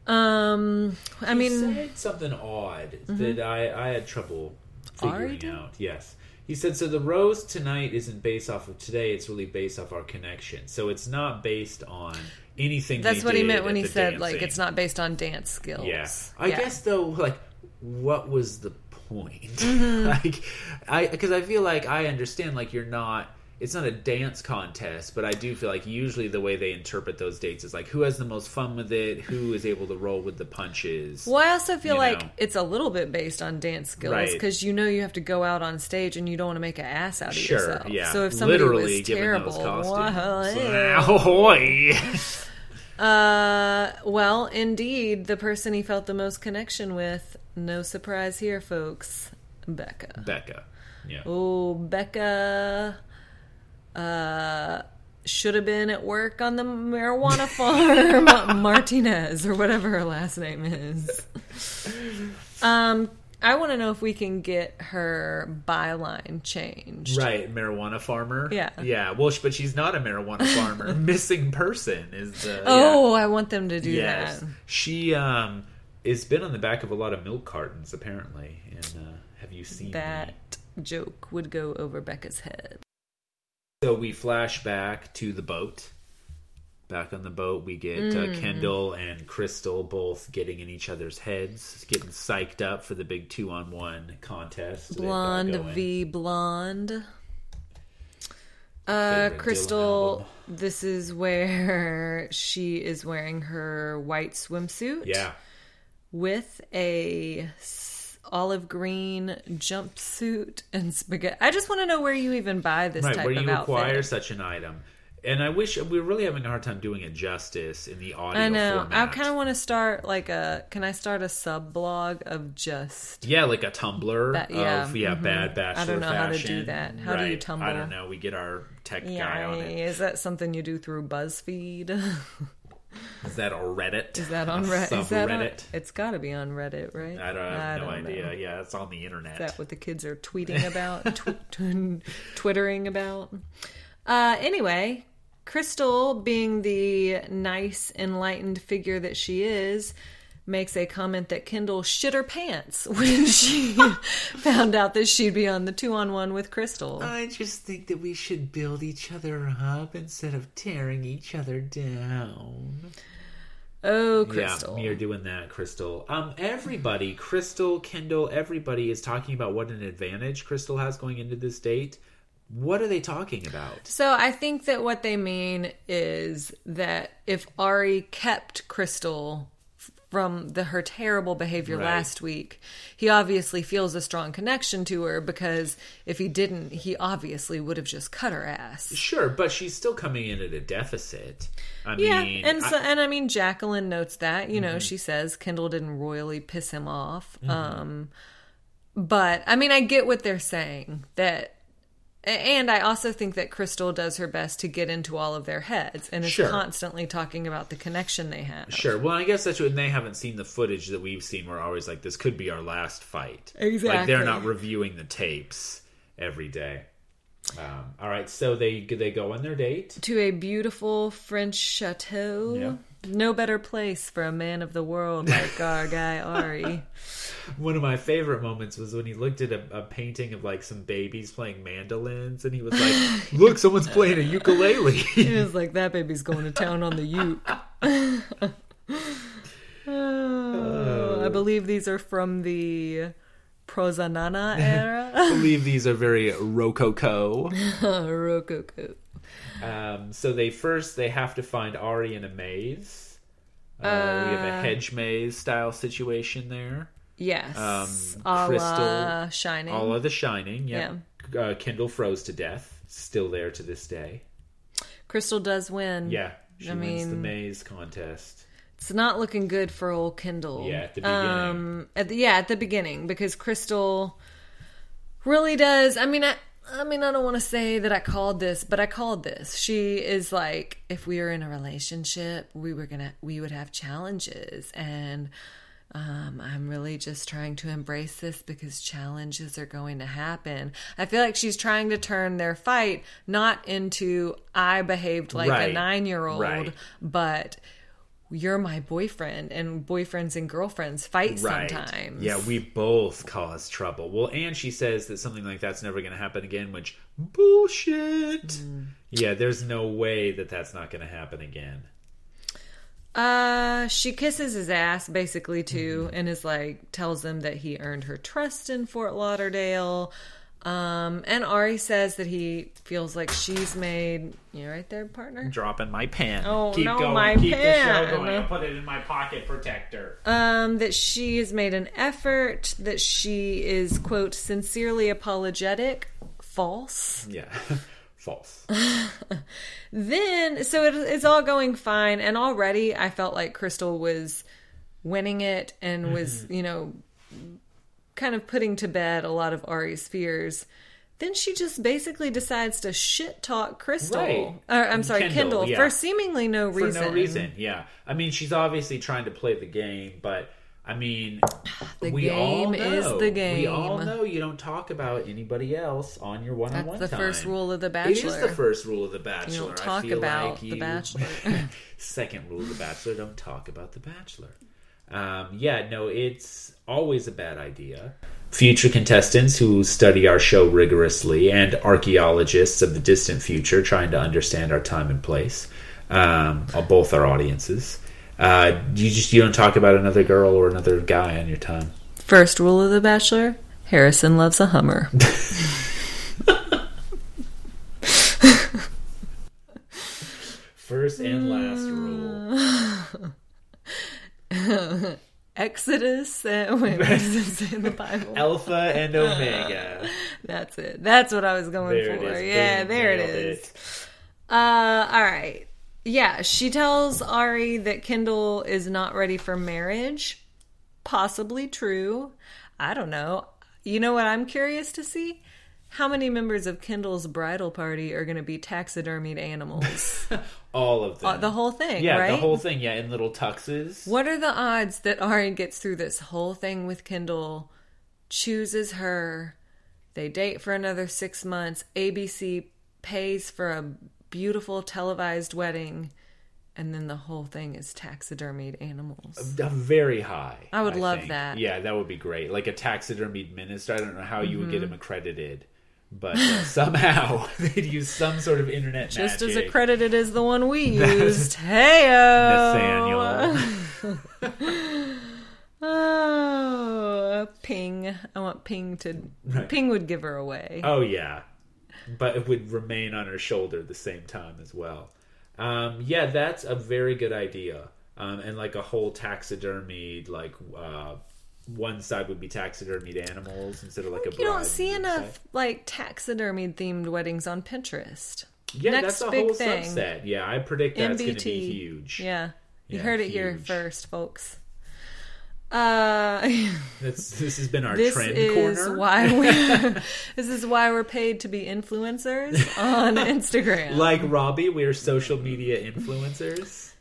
Speaker 2: Um, I
Speaker 1: He
Speaker 2: mean,
Speaker 1: said something odd
Speaker 2: Mm-hmm.
Speaker 1: that I, I had trouble
Speaker 2: Ari
Speaker 1: figuring
Speaker 2: did?
Speaker 1: out. Yes. He said, so the rose tonight isn't based off of today, it's really based off our connection. So it's not based on anything.
Speaker 2: that's
Speaker 1: we
Speaker 2: what he
Speaker 1: did
Speaker 2: meant
Speaker 1: at
Speaker 2: when he
Speaker 1: the
Speaker 2: said, like,
Speaker 1: dancing."
Speaker 2: it's not based on dance skills.
Speaker 1: Yeah. I
Speaker 2: Yeah.
Speaker 1: guess, though, like, what was the point? [LAUGHS]
Speaker 2: Mm-hmm.
Speaker 1: like, I, because I feel like I understand, like, you're not. It's not a dance contest, but I do feel like usually the way they interpret those dates is like who has the most fun with it, who is able to roll with the punches.
Speaker 2: Well, I also feel
Speaker 1: you
Speaker 2: like
Speaker 1: know.
Speaker 2: it's a little bit based on dance skills
Speaker 1: Right.
Speaker 2: because you know you have to go out on stage and you don't want to make an ass out of
Speaker 1: Sure,
Speaker 2: yourself.
Speaker 1: yeah.
Speaker 2: So if somebody
Speaker 1: Literally
Speaker 2: was
Speaker 1: given
Speaker 2: terrible,
Speaker 1: those costumes. [LAUGHS]
Speaker 2: well,
Speaker 1: Ahoy!
Speaker 2: uh, well, indeed, the person he felt the most connection with, no surprise here, folks, Becca.
Speaker 1: Becca. Yeah.
Speaker 2: Oh, Becca. Uh, should have been at work on the marijuana farm, [LAUGHS] Martinez or whatever her last name is. Um, I want to know if we can get her byline changed.
Speaker 1: Right, marijuana farmer.
Speaker 2: Yeah.
Speaker 1: Yeah. Well, sh- but she's not a
Speaker 2: [LAUGHS]
Speaker 1: marijuana farmer. Missing person is the.
Speaker 2: Oh, I want them to do
Speaker 1: yeah. yes.
Speaker 2: that.
Speaker 1: She um has been on the back of a lot of milk cartons apparently. And uh, have you seen me?
Speaker 2: That joke would go over Becca's head.
Speaker 1: So we flash back to the boat. Back on the boat, we get uh,
Speaker 2: Mm.
Speaker 1: Kendall and Crystal both getting in each other's heads, getting psyched up for the big two-on-one contest. they've got
Speaker 2: Blonde
Speaker 1: going.
Speaker 2: v Blonde. Uh,
Speaker 1: Dylan
Speaker 2: Crystal, this is where [LAUGHS] she is wearing her white swimsuit
Speaker 1: Yeah.
Speaker 2: with a s- olive green jumpsuit and spaghetti. I just want to know where you even buy this
Speaker 1: right
Speaker 2: type
Speaker 1: where
Speaker 2: of
Speaker 1: you
Speaker 2: outfit.
Speaker 1: acquire such an item and I wish we're really having a hard time doing it justice in the audio.
Speaker 2: I know.
Speaker 1: Format.
Speaker 2: I kind of want to start like a. Can I start a sub blog of just?
Speaker 1: Yeah, like a Tumblr
Speaker 2: That- yeah,
Speaker 1: of yeah
Speaker 2: mhm.
Speaker 1: bad bachelor
Speaker 2: I don't know how to do
Speaker 1: fashion.
Speaker 2: that. How do you
Speaker 1: Right.
Speaker 2: Tumblr?
Speaker 1: I don't know. We get our tech guy
Speaker 2: Yeah,
Speaker 1: on it.
Speaker 2: is that something you do through BuzzFeed? [LAUGHS]
Speaker 1: Is that on Reddit?
Speaker 2: is that on
Speaker 1: A
Speaker 2: Reddit? Is that on-
Speaker 1: subreddit?
Speaker 2: It's got to be on Reddit, right?
Speaker 1: I don't I have no
Speaker 2: don't know.
Speaker 1: idea. Yeah, it's on the internet.
Speaker 2: Is that what the
Speaker 1: [LAUGHS]
Speaker 2: kids are tweeting about, tw- tw- twittering about? Uh, anyway, Crystal, being the nice, enlightened figure that she is, makes a comment that Kendall shit her pants [LAUGHS]
Speaker 1: [LAUGHS]
Speaker 2: when she found out that she'd be on the two on one with Crystal.
Speaker 1: I just think that we should build each other up instead of tearing each other down.
Speaker 2: Oh, Crystal.
Speaker 1: Yeah, you're doing that, Crystal. Um, everybody, Crystal, Kendall, everybody is talking about what an advantage Crystal has going into this date. What are they talking about?
Speaker 2: So I think that what they mean is that if Ari kept Crystal f- from the her terrible behavior
Speaker 1: Right.
Speaker 2: last week, he obviously feels a strong connection to her because if he didn't, he obviously would have just cut her ass.
Speaker 1: Sure, but she's still coming in at a deficit. I
Speaker 2: Yeah,
Speaker 1: mean,
Speaker 2: and
Speaker 1: I- Mm-hmm.
Speaker 2: so, and I mean Jacqueline notes that you know she says Kendall didn't royally piss him off, um, but I mean I get what they're saying that, a- and I also think that Crystal does her best to get into all of their heads and is
Speaker 1: Sure.
Speaker 2: constantly talking about the connection they have.
Speaker 1: Sure. Well, I guess that's when they haven't seen the footage that we've seen. We're always like, this could be our last fight. Like
Speaker 2: Exactly.
Speaker 1: they're not reviewing the tapes every day. Um, all right, so they they go on their date.
Speaker 2: To a beautiful French chateau, no better place for a man of the world like our
Speaker 1: [LAUGHS]
Speaker 2: guy Ari.
Speaker 1: One of my favorite moments was when he looked at a, a painting of like some babies playing mandolins, and he was like, "Look, someone's playing a ukulele." [LAUGHS]
Speaker 2: He was like, "That baby's going to town on the uke." [LAUGHS] Oh, I believe these are from the Prozanana
Speaker 1: I
Speaker 2: era,
Speaker 1: believe these are very rococo.
Speaker 2: [LAUGHS] Rococo.
Speaker 1: Um, so they first they have to find Ari in a maze. Uh, we have a hedge maze style situation there.
Speaker 2: Yes,
Speaker 1: Um,
Speaker 2: a la
Speaker 1: Crystal-
Speaker 2: Shining.
Speaker 1: All of The Shining. Yeah. Uh, Kendall froze to death. Still there to this day.
Speaker 2: Crystal does win.
Speaker 1: Yeah. She
Speaker 2: Mm. I
Speaker 1: wins the
Speaker 2: mean-
Speaker 1: maze contest.
Speaker 2: It's not looking good for old Kendall.
Speaker 1: Yeah, at the beginning.
Speaker 2: oh, Um, at the, yeah, at the beginning because Crystal really does. I mean, I. I mean, I don't want to say that I called this, but I called this. She is like, if we were in a relationship, we were gonna, we would have challenges, and um, I'm really just trying to embrace this because challenges are going to happen. I feel like she's trying to turn their fight not into I behaved like a
Speaker 1: Right.
Speaker 2: nine year old,
Speaker 1: Right.
Speaker 2: but you're my boyfriend and boyfriends and girlfriends fight
Speaker 1: Right.
Speaker 2: sometimes.
Speaker 1: Yeah, we both cause trouble. Well, and she says that something like that's never going to happen again, which bullshit.
Speaker 2: Mm.
Speaker 1: Yeah, there's no way that that's not going to happen again.
Speaker 2: Uh she kisses his ass basically too
Speaker 1: Mm-hmm.
Speaker 2: and is like tells him that he earned her trust in Fort Lauderdale. Um and Ari says that he feels like she's made you right there, partner.
Speaker 1: Dropping my pen.
Speaker 2: Oh, no, my pen.
Speaker 1: put it in my pocket protector.
Speaker 2: Um that she has made an effort, that she is quote sincerely apologetic, false.
Speaker 1: yeah. [LAUGHS] False.
Speaker 2: then so it, it's all going fine and already i felt like crystal was winning it and was
Speaker 1: Mm-hmm.
Speaker 2: you know kind of putting to bed a lot of ari's fears then she just basically decides to shit talk crystal
Speaker 1: Right.
Speaker 2: or i'm sorry
Speaker 1: Kendall,
Speaker 2: kendall,
Speaker 1: yeah.
Speaker 2: for seemingly no
Speaker 1: for
Speaker 2: reason
Speaker 1: no reason. Yeah, I mean, she's obviously trying to play the game, but I mean,
Speaker 2: [SIGHS] The
Speaker 1: we all
Speaker 2: game
Speaker 1: know,
Speaker 2: is the
Speaker 1: We
Speaker 2: game.
Speaker 1: all know you don't talk about anybody else on your one-on-one.
Speaker 2: That's the first
Speaker 1: time.
Speaker 2: rule of The
Speaker 1: It is
Speaker 2: Bachelor.
Speaker 1: the first rule of the Bachelor.
Speaker 2: don't
Speaker 1: I
Speaker 2: talk
Speaker 1: feel
Speaker 2: about
Speaker 1: like
Speaker 2: The
Speaker 1: you-
Speaker 2: Bachelor.
Speaker 1: [LAUGHS] Second rule of the Bachelor: don't talk about the Bachelor. Um, yeah, no, it's always a bad idea. Future contestants who study our show rigorously and archaeologists of the distant future trying to understand our time and place, um, of both our audiences. Uh, you just you don't talk about another girl or another guy on your time.
Speaker 2: first rule of the bachelor harrison loves a hummer
Speaker 1: First
Speaker 2: Hmm.
Speaker 1: and last rule.
Speaker 2: [LAUGHS] exodus uh, wait, what does it say in
Speaker 1: [LAUGHS]
Speaker 2: the bible
Speaker 1: Alpha and Omega.
Speaker 2: [LAUGHS] That's it. That's what I was going
Speaker 1: There it
Speaker 2: for.
Speaker 1: is.
Speaker 2: Yeah,
Speaker 1: Boom.
Speaker 2: there it
Speaker 1: Nailed
Speaker 2: is. Uh, all right. Yeah, she tells Ari that Kendall is not ready for marriage. Possibly true. I don't know. You know what I'm curious to see? How many members of Kendall's bridal party are going to be taxidermied
Speaker 1: [LAUGHS]
Speaker 2: animals?
Speaker 1: All of them.
Speaker 2: Uh, the whole thing,
Speaker 1: yeah,
Speaker 2: right?
Speaker 1: the whole thing. Yeah, in little tuxes.
Speaker 2: What are the odds that Ari gets through this whole thing with Kendall, chooses her, they date for another six months, ABC pays for a beautiful televised wedding, and then the whole thing is taxidermied animals?
Speaker 1: A very high.
Speaker 2: I would love
Speaker 1: think.
Speaker 2: that.
Speaker 1: Yeah, that would be great. Like a taxidermied minister. I don't know how you would
Speaker 2: Mm-hmm.
Speaker 1: get him accredited, but
Speaker 2: [LAUGHS]
Speaker 1: uh, somehow [LAUGHS] they'd use some sort of internet
Speaker 2: Just as
Speaker 1: magic.
Speaker 2: accredited as the one we used. Heyo! [LAUGHS]
Speaker 1: Nathaniel.
Speaker 2: Oh, Ping. I want Ping to.
Speaker 1: Right.
Speaker 2: Ping would give her away.
Speaker 1: Oh yeah, but it would remain on her shoulder at the same time as well. Um, yeah, that's a very good idea. Um, and like a whole taxidermied, like uh, one side would be taxidermied animals instead of like a.
Speaker 2: you
Speaker 1: bride
Speaker 2: don't see
Speaker 1: on the other
Speaker 2: enough like taxidermy themed weddings on Pinterest.
Speaker 1: side. Yeah,
Speaker 2: next
Speaker 1: that's a
Speaker 2: big
Speaker 1: whole
Speaker 2: thing.
Speaker 1: subset. Yeah, I predict that's going to be
Speaker 2: MBT.
Speaker 1: huge.
Speaker 2: Yeah. You
Speaker 1: Yeah,
Speaker 2: heard it here
Speaker 1: huge.
Speaker 2: first, folks. Uh [LAUGHS]
Speaker 1: That's, this has been our
Speaker 2: this
Speaker 1: trend
Speaker 2: is
Speaker 1: corner. [LAUGHS]
Speaker 2: why we This is why we're paid to be influencers
Speaker 1: [LAUGHS]
Speaker 2: on Instagram.
Speaker 1: like Robbie, we are social media influencers.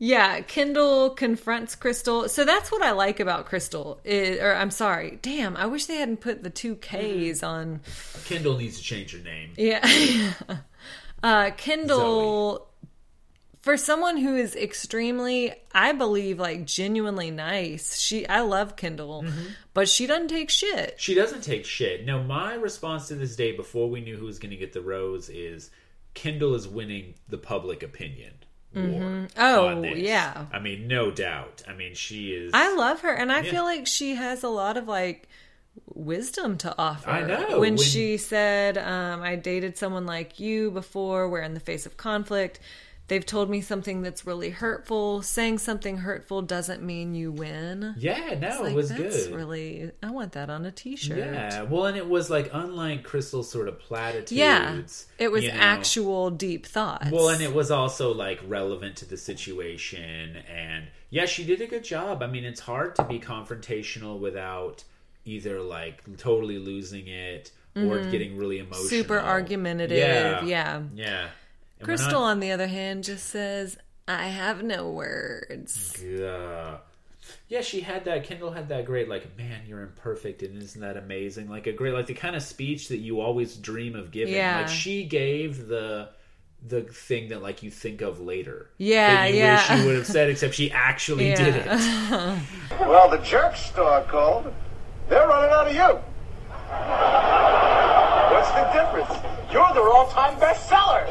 Speaker 2: Yeah, Kendall confronts Crystal. So that's what I like about Crystal. Is, or I'm sorry. Damn, I wish they hadn't put the two
Speaker 1: Mm-hmm.
Speaker 2: Ks on
Speaker 1: Kendall needs to change her name.
Speaker 2: Yeah. [LAUGHS] uh, Kendall, for someone who is extremely, I believe, like genuinely nice, she, I love Kendall,
Speaker 1: Mm-hmm.
Speaker 2: but she doesn't take shit.
Speaker 1: She doesn't take shit. Now, my response to this day before we knew who was going to get the rose is Kendall is winning the public opinion war.
Speaker 2: Oh,
Speaker 1: on this.
Speaker 2: yeah.
Speaker 1: I mean, no doubt. I mean, she is.
Speaker 2: I love her, and I feel like she has a lot of like wisdom to offer.
Speaker 1: I know,
Speaker 2: When,
Speaker 1: when-
Speaker 2: she said, um, "I dated someone like you before. We're in the face of conflict." They've told me something that's really hurtful. Saying something hurtful doesn't mean you win.
Speaker 1: yeah, no,
Speaker 2: Like,
Speaker 1: Oh, it was
Speaker 2: that's
Speaker 1: good.
Speaker 2: really I want that on a t-shirt.
Speaker 1: yeah, well, and it was like unlike Crystal's sort of platitudes.
Speaker 2: Yeah. It was
Speaker 1: you know.
Speaker 2: actual deep thoughts.
Speaker 1: Well, and it was also like relevant to the situation. And yeah, she did a good job. I mean, it's hard to be confrontational without either like totally losing it or getting really emotional.
Speaker 2: Mm-hmm. super argumentative. Yeah.
Speaker 1: Yeah. Yeah. And we're
Speaker 2: Crystal
Speaker 1: not-
Speaker 2: on the other hand just says, "I have no words."
Speaker 1: Yeah. Yeah, she had that. Kendall had that great, like, man, you're imperfect, and isn't that amazing? Like a great, like the kind of speech that you always dream of giving.
Speaker 2: Yeah.
Speaker 1: Like she gave the the thing that like you think of later.
Speaker 2: Yeah,
Speaker 1: that you
Speaker 2: yeah.
Speaker 1: Wish you would have said, except she actually
Speaker 2: Yeah.
Speaker 1: did it.
Speaker 2: [LAUGHS]
Speaker 6: Well, the jerk store called. They're running out of you. What's the difference? You're their all-time bestseller.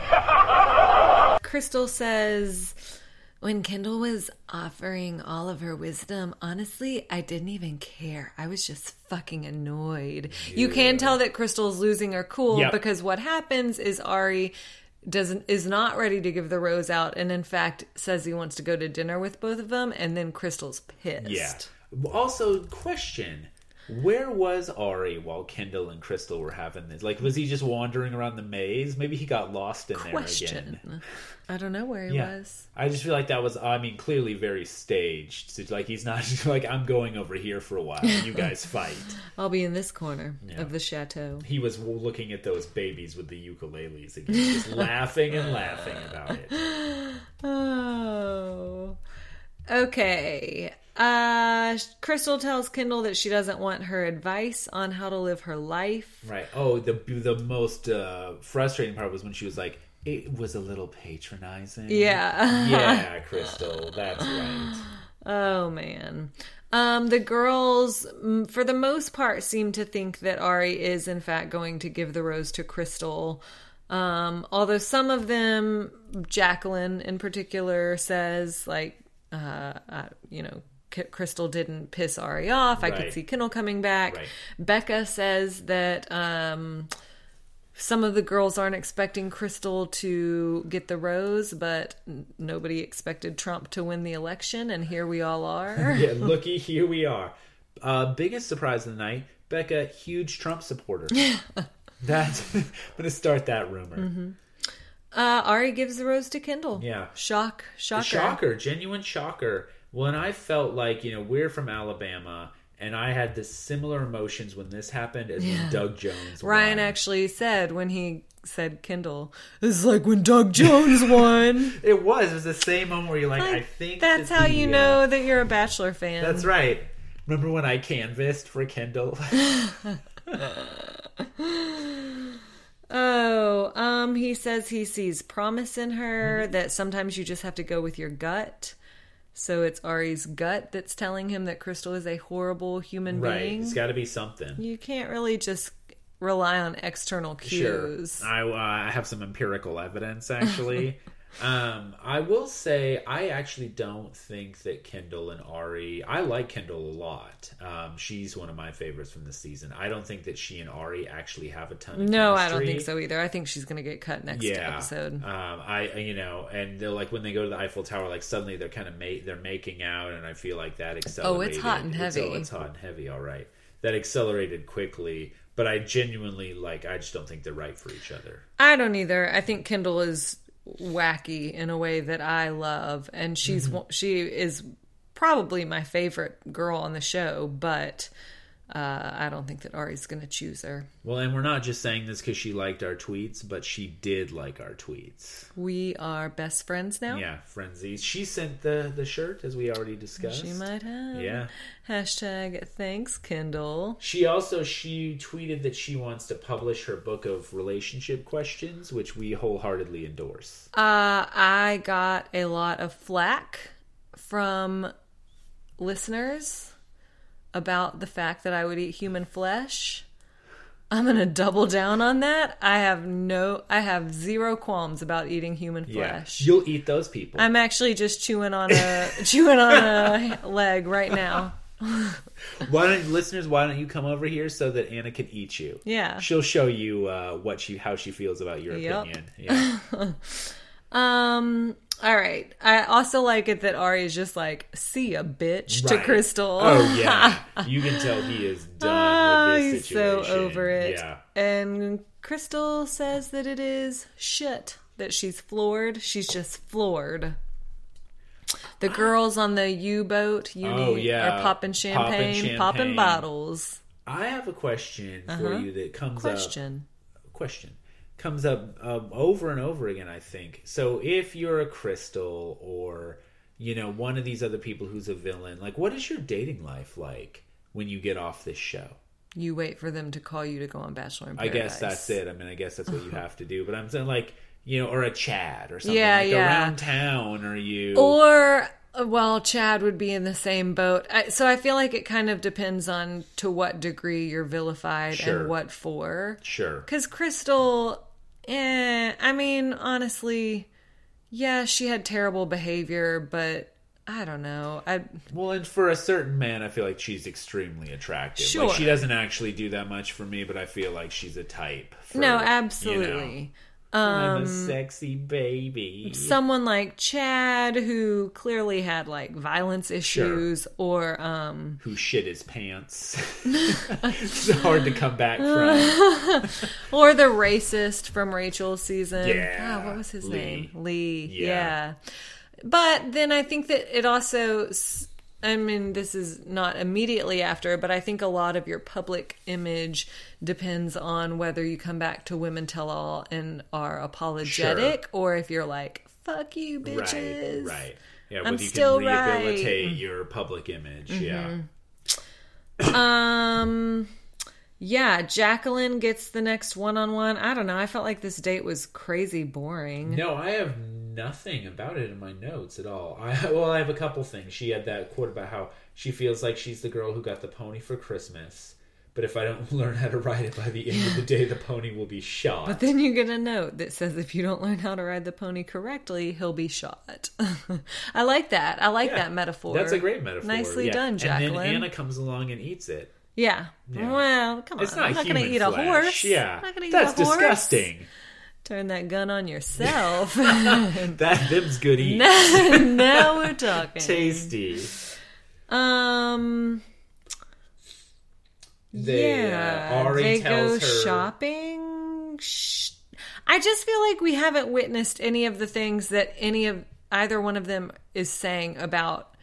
Speaker 6: [LAUGHS]
Speaker 2: Crystal says, "When Kendall was offering all of her wisdom, honestly, I didn't even care. I was just fucking annoyed." You can tell that Crystal's losing her cool
Speaker 1: Yep.
Speaker 2: because what happens is Ari doesn't is not ready to give the rose out and in fact says he wants to go to dinner with both of them and then Crystal's pissed.
Speaker 1: Yeah. Also, question. Where was Ari while Kendall and Crystal were having this? Like, was he just wandering around the maze? Maybe he got lost in there again.
Speaker 2: Question. I don't know where he
Speaker 1: Yeah.
Speaker 2: was.
Speaker 1: I just feel like that was, I mean, clearly very staged. So, like, he's not [LAUGHS] just like, I'm going over here for a while. You guys
Speaker 2: [LAUGHS]
Speaker 1: fight.
Speaker 2: I'll be in this corner of the chateau.
Speaker 1: He was looking at those babies with the ukuleles again, just laughing and laughing about it.
Speaker 2: Oh. Okay. Uh Crystal tells Kendall that she doesn't want her advice on how to live her life.
Speaker 1: Right. Oh, the the most uh, frustrating part was when she was like, it was a little patronizing.
Speaker 2: Yeah. [LAUGHS]
Speaker 1: Yeah, Crystal. That's right.
Speaker 2: Oh man. Um the girls mm, for the most part seem to think that Ari is in fact going to give the rose to Crystal. Um although some of them Jacqueline in particular says like uh, uh you know C- Crystal didn't piss Ari off. I could
Speaker 1: Right.
Speaker 2: see Kendall coming back.
Speaker 1: Right.
Speaker 2: Becca says that um, some of the girls aren't expecting Crystal to get the rose, but n- nobody expected Trump to win the election, and here we all
Speaker 1: [LAUGHS]
Speaker 2: are.
Speaker 1: Yeah, looky,
Speaker 2: [LAUGHS]
Speaker 1: here we are. Uh, biggest surprise of the night Becca, huge Trump supporter. That's [LAUGHS] I'm gonna start that rumor.
Speaker 2: Mm-hmm. Uh, Ari gives the rose to Kendall.
Speaker 1: Yeah.
Speaker 2: Shock, shocker.
Speaker 1: Shocker, genuine shocker. When I felt like, you know, we're from Alabama and I had the similar emotions when this happened as when Doug Jones won.
Speaker 2: Ryan actually said when he said Kendall, this is like when Doug Jones
Speaker 1: [LAUGHS]
Speaker 2: won.
Speaker 1: It was. It was the same moment where you're like, I
Speaker 2: Like,
Speaker 1: think
Speaker 2: that's
Speaker 1: that
Speaker 2: how
Speaker 1: the,
Speaker 2: you
Speaker 1: uh,
Speaker 2: know that you're a Bachelor fan.
Speaker 1: That's right. Remember when I canvassed for Kendall? [LAUGHS]
Speaker 2: Oh, um, he says he sees promise in her
Speaker 1: Mm-hmm.
Speaker 2: that sometimes you just have to go with your gut. So it's Ari's gut that's telling him that Crystal is a horrible human
Speaker 1: right.
Speaker 2: being.
Speaker 1: It's got to be something.
Speaker 2: you can't really just rely on external cues.
Speaker 1: Sure. I, uh, I have some empirical evidence,
Speaker 2: [LAUGHS]
Speaker 1: actually. um, I will say, I actually don't think that Kendall and Ari. I like Kendall a lot. Um, she's one of my favorites from this season. I don't think that she and Ari actually have a ton of
Speaker 2: No, I don't
Speaker 1: chemistry.
Speaker 2: think so either. I think she's going to get cut next episode.
Speaker 1: Um, I you know, and they're like when they go to the Eiffel Tower, like suddenly they're kind of ma- they're making out, and I feel like that accelerated.
Speaker 2: hot and
Speaker 1: It's-
Speaker 2: heavy.
Speaker 1: oh, it's hot and heavy. All right, that accelerated quickly. But I genuinely like. I just don't think they're right for each other.
Speaker 2: I don't either. I think Kendall is wacky in a way that I love, and she's one she is probably my favorite girl on the show. But uh, I don't think that Ari's going to choose her.
Speaker 1: Well, and we're not just saying this because she liked our tweets, but she did like our tweets.
Speaker 2: We are best friends now.
Speaker 1: Yeah, frenzies. She sent the the shirt as we already discussed.
Speaker 2: She might have.
Speaker 1: Yeah.
Speaker 2: Hashtag thanks, Kendall.
Speaker 1: She also she tweeted that she wants to publish her book of relationship questions, which we wholeheartedly endorse.
Speaker 2: Uh, I got a lot of flack from listeners about the fact that I would eat human flesh. I'm gonna double down on that. I have no, I have zero qualms about eating human flesh.
Speaker 1: You'll eat those people.
Speaker 2: I'm actually just chewing
Speaker 1: [LAUGHS]
Speaker 2: on a chewing on a leg right now.
Speaker 1: why don't listeners? Why don't you come over here so that Anna can eat you?
Speaker 2: Yeah.
Speaker 1: She'll show you uh, what she how she feels about your
Speaker 2: Yep.
Speaker 1: opinion. Yeah.
Speaker 2: Um. All right. I also like it that Ari is just like, "See ya, bitch," to
Speaker 1: Right.
Speaker 2: Crystal.
Speaker 1: Oh
Speaker 2: [LAUGHS]
Speaker 1: yeah. you can tell he is done
Speaker 2: Oh,
Speaker 1: with
Speaker 2: he's
Speaker 1: this situation.
Speaker 2: so over it.
Speaker 1: Yeah.
Speaker 2: And Crystal says that it is shit that she's floored. She's just floored.
Speaker 1: [GASPS]
Speaker 2: The girls on the U boat, you
Speaker 1: Oh,
Speaker 2: need,
Speaker 1: yeah.
Speaker 2: are popping champagne, popping,
Speaker 1: champagne.
Speaker 2: bottles.
Speaker 1: I have a question for you that comes up.
Speaker 2: Uh-huh. Question.
Speaker 1: Question comes up um, over and over again. I think so. If you're a Crystal or you know one of these other people who's a villain, like what is your dating life like when you get off this show?
Speaker 2: You wait for them to call you to go on Bachelor in
Speaker 1: I
Speaker 2: Paradise. Uh-huh.
Speaker 1: guess that's it. I mean, I guess that's what you have to do. But I'm saying like you know, or a Chad or something
Speaker 2: Yeah,
Speaker 1: like
Speaker 2: yeah.
Speaker 1: around town, or you.
Speaker 2: Or uh, well, Chad would be in the same boat. I, so I feel like it kind of depends on to what degree you're vilified
Speaker 1: Sure.
Speaker 2: and what for.
Speaker 1: Sure.
Speaker 2: Because Crystal, eh, I mean, honestly, yeah, she had terrible behavior, but I don't know. I
Speaker 1: Well, and for a certain man, I feel like she's extremely attractive.
Speaker 2: Sure.
Speaker 1: Like she doesn't actually do that much for me, but I feel like she's a type. For,
Speaker 2: no,
Speaker 1: you know,
Speaker 2: absolutely. Um,
Speaker 1: I'm a sexy baby.
Speaker 2: Someone like Chad, who clearly had like violence issues, or um,
Speaker 1: Who shit his
Speaker 2: [LAUGHS]
Speaker 1: pants. it's hard to come back from.
Speaker 2: or the racist from Rachel's season.
Speaker 1: Yeah,
Speaker 2: God, what was his
Speaker 1: Lee.
Speaker 2: name? Lee.
Speaker 1: Yeah.
Speaker 2: Yeah. But then I think that it also. s- I mean, this is not immediately after, but I think a lot of your public image depends on whether you come back to Women Tell All and are apologetic or if you're like, fuck you,
Speaker 1: Right,
Speaker 2: bitches.
Speaker 1: right. Yeah,
Speaker 2: I'm
Speaker 1: whether you
Speaker 2: still
Speaker 1: can
Speaker 2: right. Mm-hmm.
Speaker 1: rehabilitate your public image. Yeah.
Speaker 2: Um, yeah, Jacqueline gets the next one on one. I don't know. I felt like this date was crazy boring.
Speaker 1: No, I have nothing about it in my notes at all. I [LAUGHS] well, I have a couple things. She had that quote about how she feels like she's the girl who got the pony for Christmas, but if I don't [LAUGHS] learn how to ride it by the end of the day, the pony will be shot.
Speaker 2: But then you get a note that says if you don't learn how to ride the pony correctly, he'll be shot. [LAUGHS] I like that. I like
Speaker 1: Yeah.
Speaker 2: that metaphor.
Speaker 1: That's a great metaphor.
Speaker 2: Nicely
Speaker 1: yeah.
Speaker 2: done,
Speaker 1: And then
Speaker 2: Jacqueline.
Speaker 1: Anna comes along and eats it.
Speaker 2: yeah.
Speaker 1: Yeah.
Speaker 2: Well, come on.
Speaker 1: It's not,
Speaker 2: I'm not
Speaker 1: human
Speaker 2: going to eat a
Speaker 1: flesh.
Speaker 2: horse.
Speaker 1: Yeah,
Speaker 2: I'm not going to eat
Speaker 1: that's
Speaker 2: a horse.
Speaker 1: disgusting.
Speaker 2: Turn that gun
Speaker 1: [LAUGHS]
Speaker 2: on yourself. [LAUGHS]
Speaker 1: That them's good eat.
Speaker 2: now we're talking.
Speaker 1: Tasty.
Speaker 2: Um.
Speaker 1: They,
Speaker 2: yeah.
Speaker 1: uh, Ari
Speaker 2: they
Speaker 1: tells
Speaker 2: go
Speaker 1: her
Speaker 2: shopping. sh- I just feel like we haven't witnessed any of the things that any of either one of them is saying about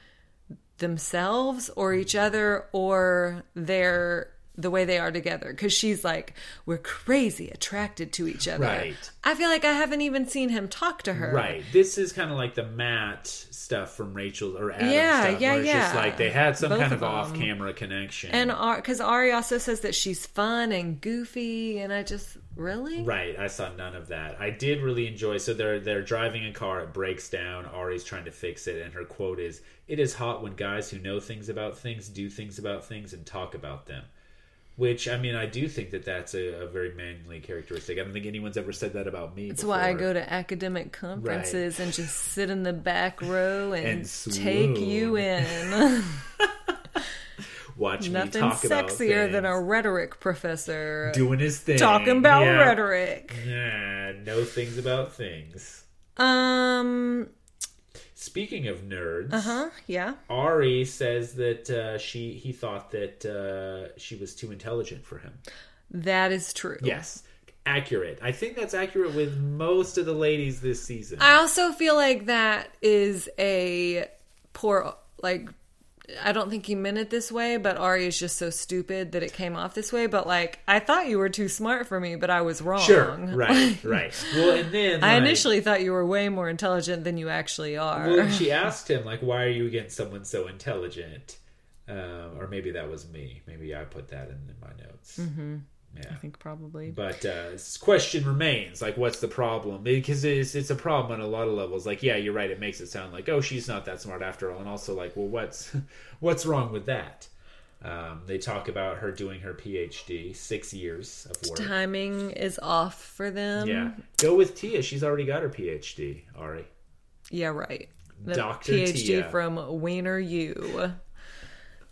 Speaker 2: themselves or each other or their the way they are together because she's like we're crazy attracted to each other
Speaker 1: Right.
Speaker 2: i feel like i haven't even seen him talk to her
Speaker 1: Right. This is kind of like the Matt stuff from Rachel or Adam
Speaker 2: Yeah,
Speaker 1: stuff.
Speaker 2: yeah,
Speaker 1: where it's just
Speaker 2: yeah.
Speaker 1: like they had some
Speaker 2: Both
Speaker 1: kind of
Speaker 2: of them.
Speaker 1: off camera connection.
Speaker 2: and because ari also says that she's fun and goofy and i just really
Speaker 1: Right, I saw none of that. I did really enjoy. So they're they're driving a car, it breaks down. Ari's trying to fix it, and her quote is, "It is hot when guys who know things about things do things about things and talk about them." Which I mean, I do think that that's a, a very manly characteristic. I don't think anyone's ever said that about me.
Speaker 2: That's why I go to academic conferences and just sit in the back row and,
Speaker 1: And
Speaker 2: take
Speaker 1: [LAUGHS]
Speaker 2: you in.
Speaker 1: watch me
Speaker 2: Nothing
Speaker 1: talk about
Speaker 2: sexier than a
Speaker 1: things,
Speaker 2: rhetoric professor
Speaker 1: doing his thing,
Speaker 2: talking about
Speaker 1: yeah.
Speaker 2: rhetoric.
Speaker 1: Yeah, know things about things.
Speaker 2: Um,
Speaker 1: Speaking of nerds,
Speaker 2: huh? Yeah.
Speaker 1: Ari says that uh, she he thought that uh, she was too intelligent for him.
Speaker 2: That is true.
Speaker 1: Yes, accurate. I think that's accurate with most of the ladies this season.
Speaker 2: I also feel like that is a poor, like, I don't think he meant it this way, but Ari is just so stupid that it came off this way. But, like, I thought you were too smart for me, but I was wrong.
Speaker 1: sure, right,
Speaker 2: [LAUGHS]
Speaker 1: right. Well, and then
Speaker 2: I
Speaker 1: like,
Speaker 2: initially thought you were way more intelligent than you actually are.
Speaker 1: well, she asked him like, "Why are you against someone so intelligent?" Um, or maybe that was me. Maybe I put that in, in my notes.
Speaker 2: [LAUGHS] Mm-hmm. I think probably.
Speaker 1: But uh, this question remains like, what's the problem? Because it's it's a problem on a lot of levels. Like, yeah, you're right. It makes it sound like, oh, she's not that smart after all. And also, like, well, what's [LAUGHS] what's wrong with that? Um, they talk about her doing her PhD, six years of work.
Speaker 2: Timing is off for them.
Speaker 1: Yeah, go with Tia. She's already got her PhD. Ari,
Speaker 2: Yeah, right. The
Speaker 1: Dr.
Speaker 2: PhD
Speaker 1: Tia.
Speaker 2: from Wiener U.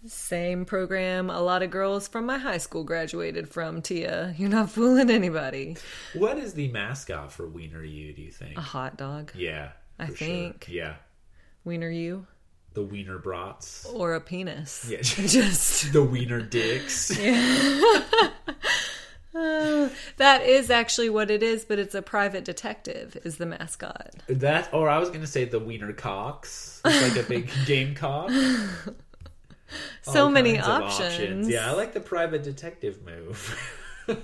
Speaker 2: Same program a lot of girls from my high school graduated from, Tia. You're not fooling anybody.
Speaker 1: what is the mascot for Wiener U? Do you think?
Speaker 2: A hot dog,
Speaker 1: yeah,
Speaker 2: I
Speaker 1: for sure.
Speaker 2: think.
Speaker 1: Yeah,
Speaker 2: Wiener U,
Speaker 1: the Wiener brats. [LAUGHS]
Speaker 2: or a penis.
Speaker 1: Yeah.
Speaker 2: [LAUGHS] Just
Speaker 1: The Wiener dicks.
Speaker 2: that is actually what it is, but it's a private detective is the mascot.
Speaker 1: That, or I was gonna say the wiener cocks, It's like a
Speaker 2: [LAUGHS]
Speaker 1: big game cock.
Speaker 2: So
Speaker 1: All
Speaker 2: many
Speaker 1: kinds of
Speaker 2: options.
Speaker 1: Yeah, I like the private detective
Speaker 2: [LAUGHS]
Speaker 1: move.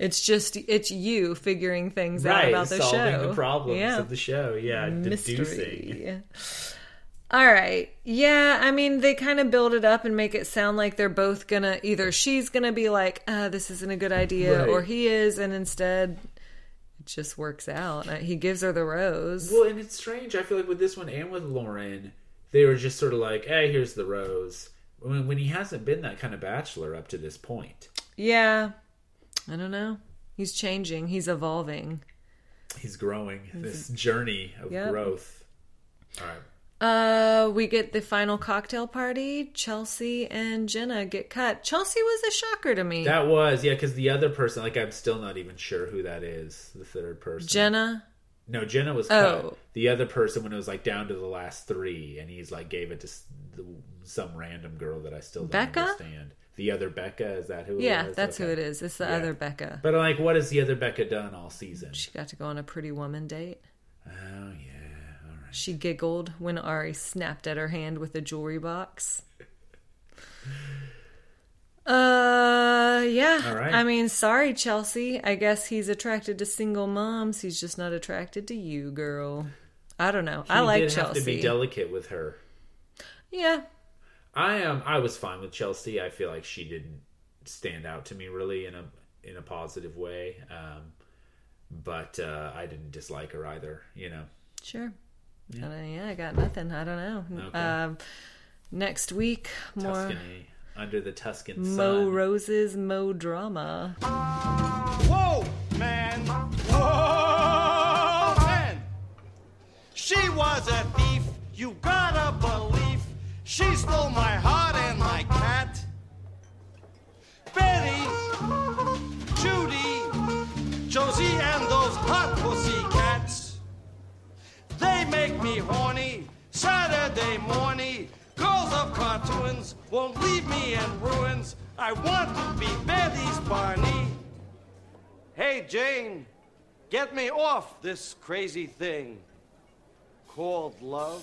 Speaker 2: It's just it's you figuring things out
Speaker 1: right,
Speaker 2: about the
Speaker 1: solving
Speaker 2: show.
Speaker 1: the problems
Speaker 2: yeah.
Speaker 1: of the show. Yeah, deducing.
Speaker 2: mystery. All right. Yeah, I mean, they kind of build it up and make it sound like they're both gonna either she's gonna be like, uh, "This isn't a good idea,"
Speaker 1: Right.
Speaker 2: or he is, and instead, it just works out. Uh, He gives her the rose.
Speaker 1: Well, and it's strange. I feel like with this one and with Lauren, they were just sort of like, "Hey, here's the rose." When, when he hasn't been that kind of bachelor up to this point,
Speaker 2: yeah, I don't know. He's changing. He's evolving.
Speaker 1: he's growing this journey of
Speaker 2: Yep.
Speaker 1: growth. All right.
Speaker 2: Uh, we get the final cocktail party. Chelsea and Jenna get cut. Chelsea was a shocker to me.
Speaker 1: That was yeah, because the other person, like I'm still not even sure who that is. The third person,
Speaker 2: Jenna.
Speaker 1: No, Jenna was
Speaker 2: Oh.
Speaker 1: cut. The other person when it was like down to the last three, and he's like gave it to s- the, some random girl that I still don't
Speaker 2: Becca?
Speaker 1: understand. The other Becca is that who?
Speaker 2: Yeah,
Speaker 1: it is?
Speaker 2: that's who
Speaker 1: Okay.
Speaker 2: it is. It's the
Speaker 1: Yeah.
Speaker 2: other Becca.
Speaker 1: But like, what has the other Becca done all season?
Speaker 2: She got to go on a pretty woman date.
Speaker 1: Oh yeah,
Speaker 2: She giggled when Ari snapped at her hand with a jewelry box. Uh, yeah.
Speaker 1: All right.
Speaker 2: I mean, sorry, Chelsea. I guess he's attracted to single moms. He's just not attracted to you, girl. I don't know. I
Speaker 1: He
Speaker 2: like
Speaker 1: did
Speaker 2: Chelsea.
Speaker 1: Have to be delicate with her.
Speaker 2: yeah.
Speaker 1: I am. I was fine with Chelsea. I feel like she didn't stand out to me really in a in a positive way. Um, but uh, I didn't dislike her either. You know.
Speaker 2: Sure. Yeah. I, don't- yeah, I got nothing. I don't know.
Speaker 1: Okay.
Speaker 2: Um, next week, more
Speaker 1: Tuscany under the Tuscan
Speaker 2: Mo
Speaker 1: sun.
Speaker 2: Roses, Mo Drama.
Speaker 7: Whoa, man. Whoa, man. She was a thief. You gotta believe. She stole my heart and my cat. Betty, Judy, Josie, and those hot pussy cats. They make me horny. Saturday morning, girls of cartoons won't leave me in ruins. I want to be Betty's
Speaker 8: Hey, Jane, get me off this crazy thing called love.